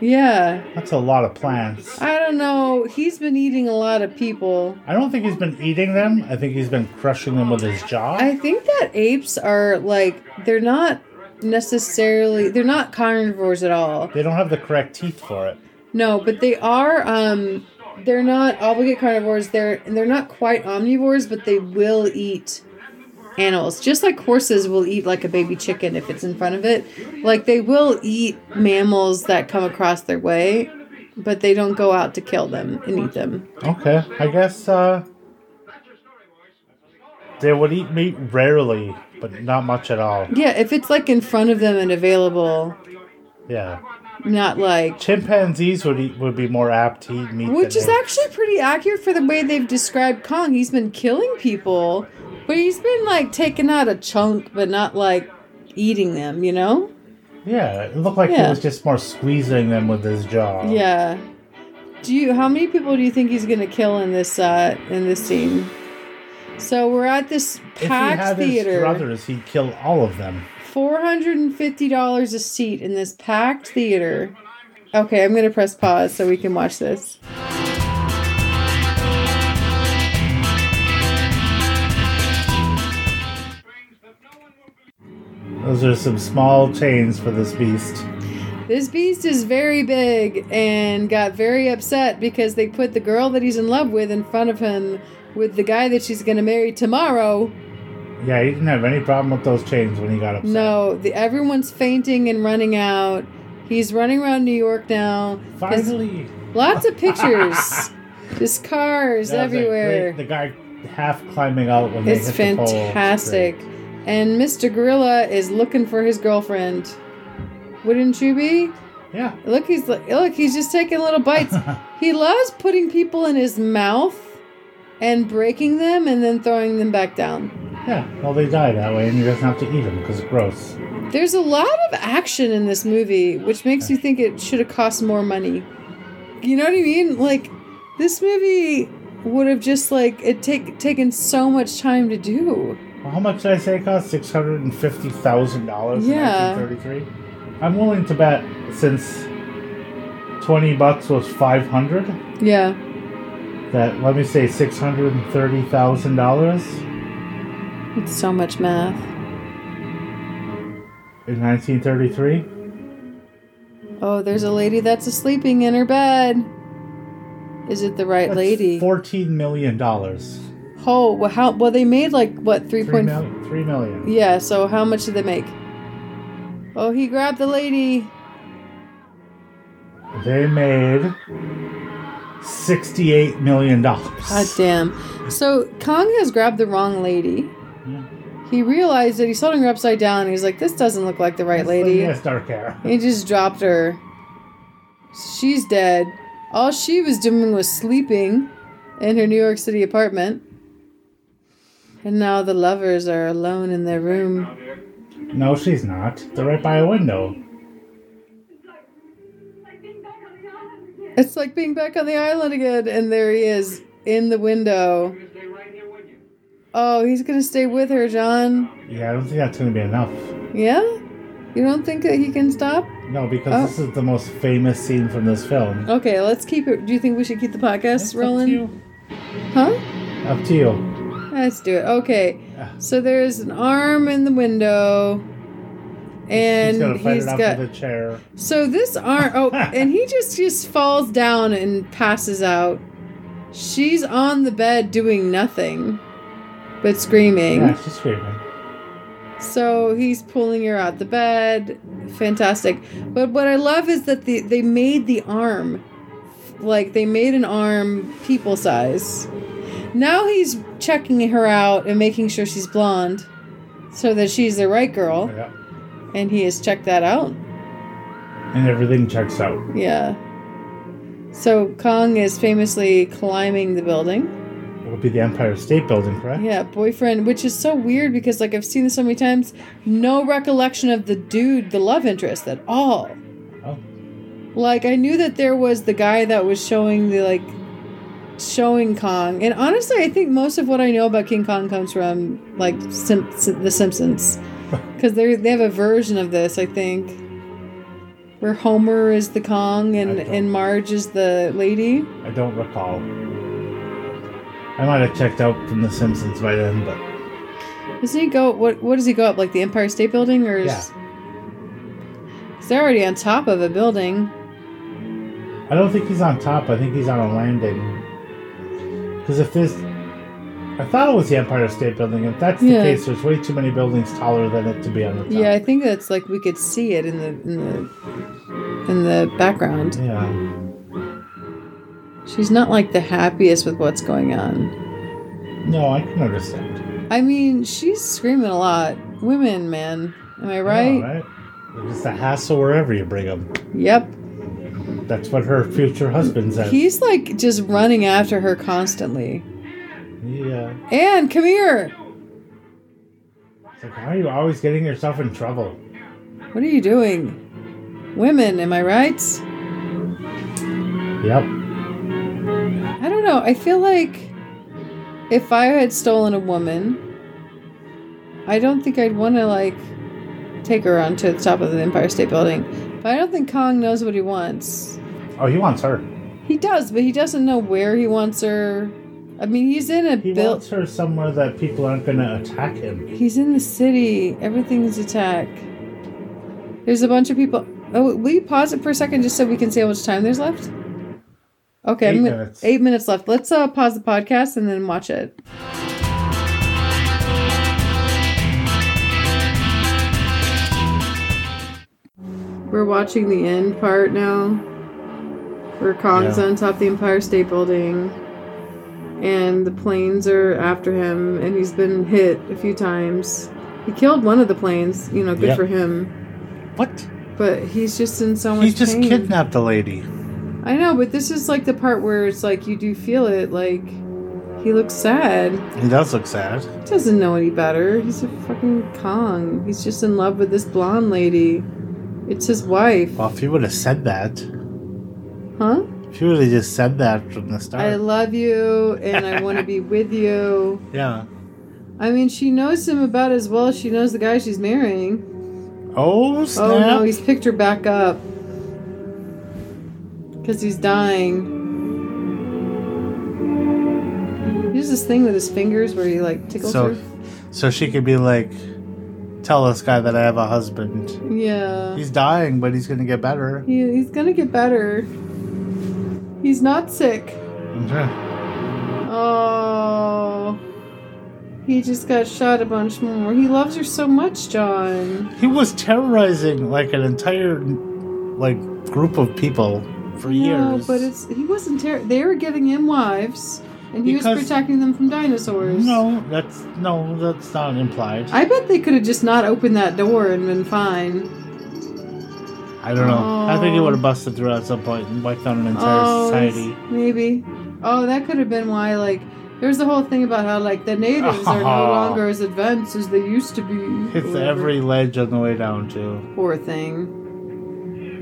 Speaker 1: Yeah.
Speaker 2: That's a lot of plants.
Speaker 1: I don't know. He's been eating a lot of people.
Speaker 2: I don't think he's been eating them. I think he's been crushing them with his jaw.
Speaker 1: I think that apes are like, they're not necessarily, they're not carnivores at all.
Speaker 2: they don't have the correct teeth for it.
Speaker 1: No, but they are, um, they're not obligate carnivores. They're, and they're not quite omnivores, but they will eat animals. Just like horses will eat like a baby chicken if it's in front of it. Like they will eat mammals that come across their way. but they don't go out to kill them and eat them.
Speaker 2: Okay, I guess uh, they would eat meat rarely, but not much at all.
Speaker 1: Yeah, if it's like in front of them and available,
Speaker 2: Yeah,
Speaker 1: not like
Speaker 2: chimpanzees would eat, would be more apt to eat meat.
Speaker 1: Which
Speaker 2: than
Speaker 1: is
Speaker 2: they-
Speaker 1: actually pretty accurate for the way they've described Kong. He's been killing people, but he's been like taking out a chunk, but not like eating them, you know?
Speaker 2: yeah, it looked like he
Speaker 1: Yeah.
Speaker 2: was just more squeezing them with his jaw.
Speaker 1: Yeah. Do you how many people do you think he's gonna kill in this uh in this scene? So we're at this
Speaker 2: if he had
Speaker 1: packed
Speaker 2: his
Speaker 1: theater.
Speaker 2: brothers, he'd kill all of them.
Speaker 1: Four hundred and fifty dollars a seat in this packed theater. Okay, I'm gonna press pause so we can watch this.
Speaker 2: Those are some small chains for this beast.
Speaker 1: This beast is very big and got very upset because they put the girl that he's in love with in front of him with the guy that she's going to marry tomorrow.
Speaker 2: Yeah, he didn't have any problem with those chains when he got upset.
Speaker 1: No, the, everyone's fainting and running out. He's running around New York now. There's
Speaker 2: Finally,
Speaker 1: Lots of pictures. Just cars
Speaker 2: That was a
Speaker 1: everywhere.
Speaker 2: great- the guy half climbing out when
Speaker 1: it's
Speaker 2: they hit the pole.
Speaker 1: fantastic. And Mr. Gorilla is looking for his girlfriend. Wouldn't you be?
Speaker 2: great. Yeah.
Speaker 1: Look, he's look, he's just taking little bites. He loves putting people in his mouth and breaking them and then throwing them back down.
Speaker 2: yeah. Well, they die that way, and he doesn't have to eat them because it's gross.
Speaker 1: There's a lot of action in this movie, which makes you think it should have cost more money. You know what I mean? Like this movie would have just like it take taken so much time to do.
Speaker 2: Well, how much did I say it cost? Six hundred and fifty thousand dollars.
Speaker 1: Yeah.
Speaker 2: in 1933? I'm willing to bet since twenty bucks was five hundred.
Speaker 1: Yeah.
Speaker 2: That let me say six hundred and thirty thousand dollars
Speaker 1: It's so much math.
Speaker 2: in 1933.
Speaker 1: Oh, there's a lady that's a sleeping in her bed. Is it the right
Speaker 2: That's
Speaker 1: lady?
Speaker 2: Fourteen million dollars.
Speaker 1: oh, well, how well they made like what three
Speaker 2: Three
Speaker 1: point
Speaker 2: million. Three million.
Speaker 1: Yeah, so how much did they make? Oh, he grabbed the lady.
Speaker 2: They made sixty-eight million
Speaker 1: God
Speaker 2: dollars.
Speaker 1: damn. So Kong has grabbed the wrong lady.
Speaker 2: Yeah.
Speaker 1: He realized that he saw her upside down. and He's like, this doesn't look like the right lady.
Speaker 2: Yes, dark hair.
Speaker 1: He just dropped her. She's dead. All she was doing was sleeping in her New York City apartment. And now the lovers are alone in their room.
Speaker 2: No, she's not. They're right by a window.
Speaker 1: It's like being back on the island again. And there he is in the window. Oh, he's gonna stay with her, John.
Speaker 2: Yeah, I don't think that's gonna be enough.
Speaker 1: Yeah? You don't think that he can stop?
Speaker 2: No, because
Speaker 1: Oh.
Speaker 2: this is the most famous scene from this film.
Speaker 1: Okay, let's keep it. Do you think we should keep the
Speaker 2: It's
Speaker 1: podcast rolling?
Speaker 2: Up
Speaker 1: Huh?
Speaker 2: to you. Up to you.
Speaker 1: Let's do it. Okay.
Speaker 2: Yeah.
Speaker 1: So there's an arm in the window.
Speaker 2: he's
Speaker 1: And
Speaker 2: gonna fight
Speaker 1: he's
Speaker 2: it off
Speaker 1: got.
Speaker 2: with a chair.
Speaker 1: So this arm. Oh, and he just just falls down and passes out. She's on the bed doing nothing but screaming.
Speaker 2: Yeah, she's screaming.
Speaker 1: So he's pulling her out the bed. Fantastic. But what I love is that the, they made the arm. Like they made an arm people size. Now he's checking her out and making sure she's blonde so that she's the right girl.
Speaker 2: Yeah.
Speaker 1: And he has checked that out.
Speaker 2: And everything checks out.
Speaker 1: Yeah. So Kong is famously climbing the building.
Speaker 2: It would be the Empire State Building, correct?
Speaker 1: Yeah, boyfriend, which is so weird because like I've seen this so many times, no recollection of the dude, the love interest at all.
Speaker 2: Oh.
Speaker 1: Like I knew that there was the guy that was showing the like showing Kong. And honestly, I think most of what I know about King Kong comes from like Sim- Sim- the Simpsons. Cuz they they have a version of this, I think. Where Homer is the Kong and,
Speaker 2: I don't-
Speaker 1: and Marge is the lady.
Speaker 2: I don't recall. I might have checked out from The Simpsons by then, but
Speaker 1: Doesn't he go? What What does he go up? Like the Empire State Building, or is?
Speaker 2: Yeah.
Speaker 1: 'Cause they're already on top of a building.
Speaker 2: I don't think he's on top. I think he's on a landing. Because if this, I thought it was the Empire State Building. If that's the
Speaker 1: Yeah.
Speaker 2: case, there's way too many buildings taller than it to be on the top.
Speaker 1: Yeah, I think that's like we could see it in the in the in the background.
Speaker 2: Yeah.
Speaker 1: She's not like the happiest with what's going on.
Speaker 2: No, I can understand.
Speaker 1: I mean, she's screaming a lot. Women, man. Am I right?
Speaker 2: Yeah, right? It's a hassle wherever you bring them.
Speaker 1: Yep.
Speaker 2: That's what her future husband says.
Speaker 1: He's like just running after her constantly.
Speaker 2: yeah.
Speaker 1: Anne, come here.
Speaker 2: It's like, why are you always getting yourself in trouble?
Speaker 1: What are you doing? Women, am I right?
Speaker 2: Yep.
Speaker 1: I don't know. I feel like if I had stolen a woman, I don't think I'd want to like take her onto the top of the Empire State Building. But I don't think Kong knows what he wants.
Speaker 2: Oh, he wants her.
Speaker 1: He does, but he doesn't know where he wants her. I mean, he's in a
Speaker 2: He
Speaker 1: built.
Speaker 2: wants her somewhere that people aren't going to attack him.
Speaker 1: He's in the city. Everything's attack. There's a bunch of people. Oh, will you pause it for a second just so we can see how much time there's left? Okay,
Speaker 2: Eight
Speaker 1: I'm gonna-
Speaker 2: minutes.
Speaker 1: eight minutes left. Let's uh, pause the podcast and then watch it. We're watching the end part now, where Kong's
Speaker 2: Yeah.
Speaker 1: on top of the Empire State Building, and the planes are after him, and he's been hit a few times. He killed one of the planes, you know, good
Speaker 2: Yep.
Speaker 1: for him.
Speaker 2: What?
Speaker 1: But he's just in so much
Speaker 2: He's just
Speaker 1: pain.
Speaker 2: kidnapped a lady.
Speaker 1: I know, but this is like the part where it's like you do feel it. Like he looks sad.
Speaker 2: He does look sad.
Speaker 1: He doesn't know any better. He's a fucking Kong. He's just in love with this blonde lady. It's his wife,
Speaker 2: Well, if he would have said that,
Speaker 1: huh?
Speaker 2: if he would have just said that from the start.
Speaker 1: I love you and I want to be with you.
Speaker 2: yeah.
Speaker 1: I mean, she knows him about as well as she knows the guy she's marrying.
Speaker 2: Oh, snap.
Speaker 1: Oh no, he's picked her back up. Because he's dying. He does this thing with his fingers where he like tickles
Speaker 2: so,
Speaker 1: her.
Speaker 2: so she could be like, tell this guy that I have a husband.
Speaker 1: Yeah.
Speaker 2: He's dying, but he's going to get better.
Speaker 1: He, he's gonna get better. He's not sick. Oh. He just got shot a bunch more. He loves her so much, John.
Speaker 2: He was terrorizing like an entire like group of people for
Speaker 1: No,
Speaker 2: years.
Speaker 1: but it's he wasn't ter- they were giving him wives and he was
Speaker 2: Because-
Speaker 1: protecting them from dinosaurs.
Speaker 2: no, that's no, that's not implied. I,
Speaker 1: I bet they could have just not opened that door and been fine.
Speaker 2: don't know. I think he
Speaker 1: Oh.
Speaker 2: would have busted through at some point and wiped out an entire
Speaker 1: Oh,
Speaker 2: society.
Speaker 1: maybe. Oh, that could have been why like there's the whole thing about how like the natives are no longer as advanced as they used to be.
Speaker 2: Hits
Speaker 1: Whatever.
Speaker 2: every ledge on the way down too.
Speaker 1: Poor thing.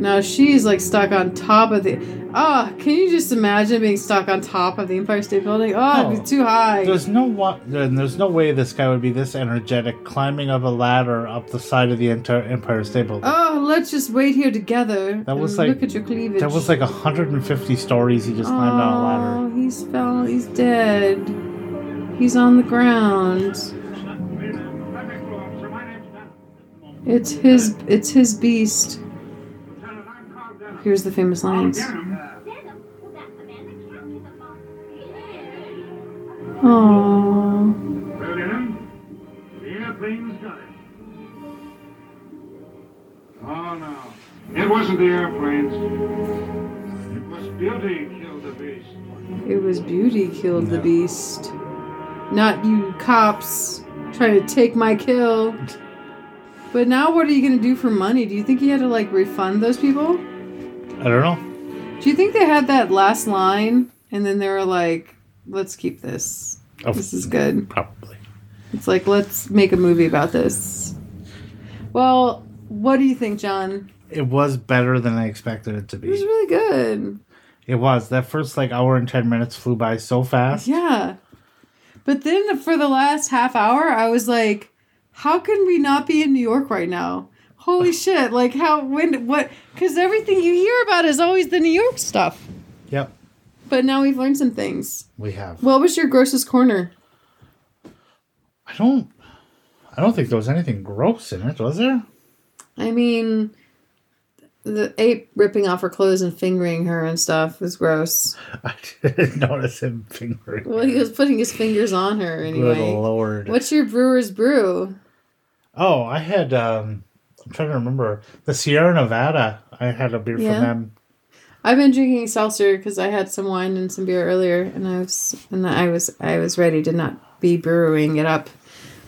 Speaker 1: Now she's like stuck on top of the. Ah, can you just imagine being stuck on top of the Empire State Building? Oh, it'd
Speaker 2: Oh.
Speaker 1: be too high.
Speaker 2: There's no wa- and there's no way this guy would be this energetic climbing up a ladder up the side of the entire Empire State Building.
Speaker 1: Oh, let's just wait here together.
Speaker 2: That was,
Speaker 1: and
Speaker 2: like-
Speaker 1: Look at your cleavage.
Speaker 2: That was like 150 stories he just climbed down a ladder.
Speaker 1: Oh, he's fell. He's dead. He's on the ground. It's his. It's his beast. Here's the famous lines. Oh,
Speaker 3: Well, Denham, the airplane's got it. Oh, no. It wasn't the airplanes. It was Beauty killed the beast.
Speaker 1: it was beauty killed the beast, not you cops trying to take my kill. But now, what are you gonna do for money? Do you think he had to like refund those people?
Speaker 2: I don't know.
Speaker 1: Do you think they had that last line and then they were like, let's keep this?
Speaker 2: Oh,
Speaker 1: This is good.
Speaker 2: probably.
Speaker 1: It's like, let's make a movie about this. Well, what do you think, John?
Speaker 2: It was better than I expected it to
Speaker 1: It was
Speaker 2: be.
Speaker 1: really good.
Speaker 2: It was. That first like hour and 10 minutes flew by so fast.
Speaker 1: Yeah. But then for the last half hour, I was like, how can we not be in New York right now? Holy shit. Like, how, when, what? Because everything you hear about is always the New York stuff.
Speaker 2: Yep.
Speaker 1: But now we've learned some things.
Speaker 2: We have.
Speaker 1: What was your grossest corner?
Speaker 2: I don't I don't think there was anything gross in it, was there?
Speaker 1: I mean, the ape ripping off her clothes and fingering her and stuff was gross.
Speaker 2: I didn't notice him fingering.
Speaker 1: Well, he was putting his fingers on her
Speaker 2: Good
Speaker 1: anyway.
Speaker 2: lord.
Speaker 1: What's your brewer's brew?
Speaker 2: Oh, I had um I'm trying to remember the Sierra Nevada. I had a beer
Speaker 1: Yeah.
Speaker 2: from them.
Speaker 1: I've been drinking seltzer because I had some wine and some beer earlier, and I was and I was I was ready to not be brewing it up.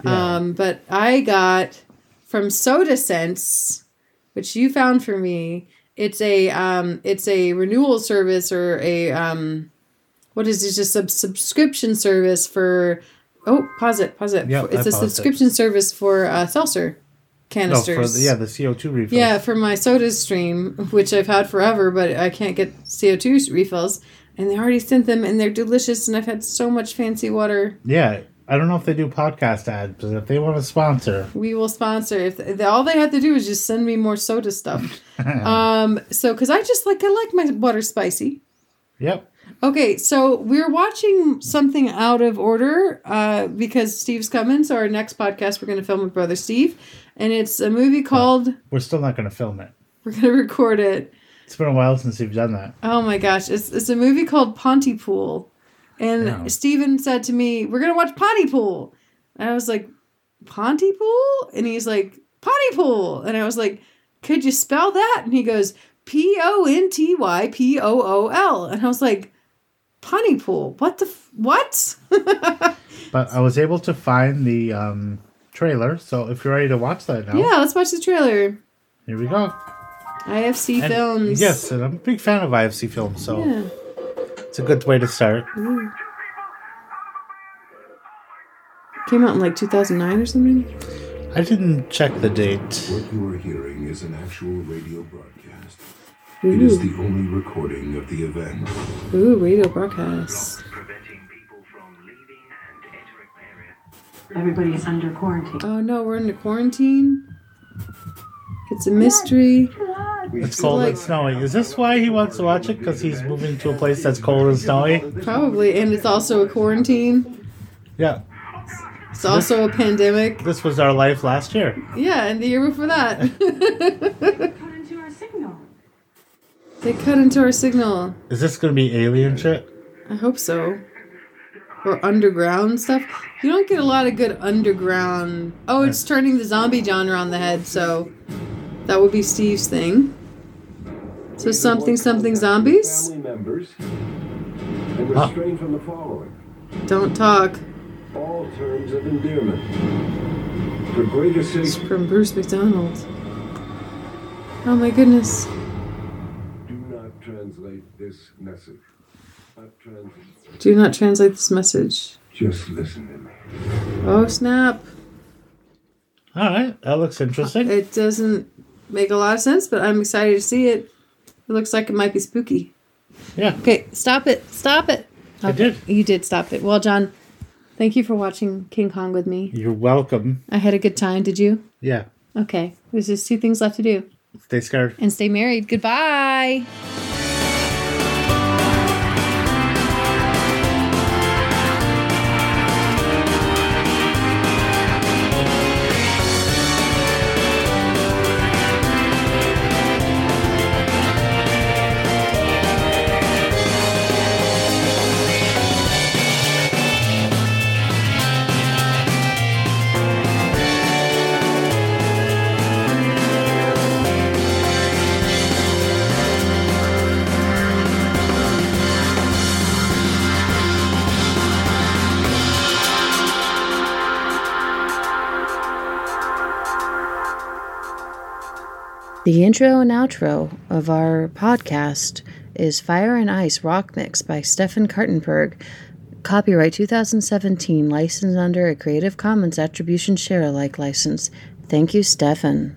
Speaker 2: Yeah.
Speaker 1: Um, but I got from Soda Sense, which you found for me. It's a um, it's a renewal service or a um, what is it? Just a subscription service for. Oh, pause it, pause it.
Speaker 2: Yeah, I
Speaker 1: it's a
Speaker 2: paused it.
Speaker 1: subscription service for uh, seltzer
Speaker 2: no,
Speaker 1: canisters.
Speaker 2: Oh, for the, yeah, the CO2 refill.
Speaker 1: Yeah, for my soda stream, which I've had forever, but I can't get CO2 refills. And they already sent them, and they're delicious, and I've had so much fancy water.
Speaker 2: Yeah. I don't know if they do podcast ads, but if they want to sponsor,
Speaker 1: We will sponsor if if all they have to do is just send me more soda stuff. um, so because I just like I like my water spicy.
Speaker 2: yep.
Speaker 1: Okay, so we're watching something out of order uh, because Steve's coming. So our next podcast we're going to film with brother Steve, and it's a movie called.
Speaker 2: We're still not going to film it.
Speaker 1: We're going to record it.
Speaker 2: It's been a while since you've done that.
Speaker 1: Oh my gosh, it's it's a movie called Pontypool, and
Speaker 2: Yeah.
Speaker 1: Steven said to me, "We're gonna watch Pontypool," and I was like, "Pontypool," and he's like, "Pontypool," and I was like, "Could you spell that?" And he goes, "P O N T Y P O O L," and I was like, "Pontypool, what the f- what?"
Speaker 2: But I was able to find the um, trailer, so if you're ready to watch that now,
Speaker 1: Yeah, let's watch the trailer.
Speaker 2: here we go.
Speaker 1: IFC
Speaker 2: And-
Speaker 1: Films.
Speaker 2: Yes, and I'm a big fan of IFC films, so
Speaker 1: Yeah.
Speaker 2: it's a good way to start.
Speaker 1: Came out in like 2009 or something.
Speaker 2: I didn't check the date.
Speaker 4: What you are hearing is an actual radio broadcast. It is the only recording of the event.
Speaker 1: Ooh, radio broadcast.
Speaker 5: preventing people from leaving and entering the area.
Speaker 6: Everybody is under quarantine.
Speaker 1: Oh no, we're in the quarantine. It's a mystery.
Speaker 2: It's cold and
Speaker 1: like-
Speaker 2: snowy. Is this why he wants to watch it? Because he's moving to a place that's cold and snowy?
Speaker 1: Probably, and it's also a quarantine.
Speaker 2: Yeah,
Speaker 1: It's also a pandemic.
Speaker 2: this was our life last year.
Speaker 1: Yeah, and the year before that.
Speaker 6: Cut into our signal.
Speaker 1: they cut into our signal.
Speaker 2: Is this going to be alien shit?
Speaker 1: I hope so. Or underground stuff. You don't get a lot of good underground. Oh, it's turning the zombie genre on the head, so that would be Steve's thing. So something, something zombies?
Speaker 7: Family members and
Speaker 2: Huh.
Speaker 7: restrained from the following
Speaker 1: Don't talk.
Speaker 7: all terms of endearment for greater
Speaker 1: It's
Speaker 7: safety.
Speaker 1: from Bruce McDonald. Oh my goodness.
Speaker 7: Do not translate this message. Not translate.
Speaker 1: Do not translate this message.
Speaker 7: Just listen to me.
Speaker 1: Oh snap.
Speaker 2: All right, that looks interesting.
Speaker 1: It doesn't make a lot of sense, but I'm excited to see it. It looks like it might be spooky.
Speaker 2: Yeah,
Speaker 1: Okay, stop it. Stop it.
Speaker 2: I did.
Speaker 1: You did stop it. Well, John, thank you for watching King Kong with me.
Speaker 2: You're welcome.
Speaker 1: I had a good time, did you?
Speaker 2: Yeah,
Speaker 1: Okay. There's just two things left to do.
Speaker 2: stay scared.
Speaker 1: And stay married. Goodbye.
Speaker 8: The intro and outro of our podcast is Fire and Ice Rock Mix by Stefan Kartenberg. Copyright 2017, licensed under a Creative Commons Attribution Share Alike license. Thank you, Stefan.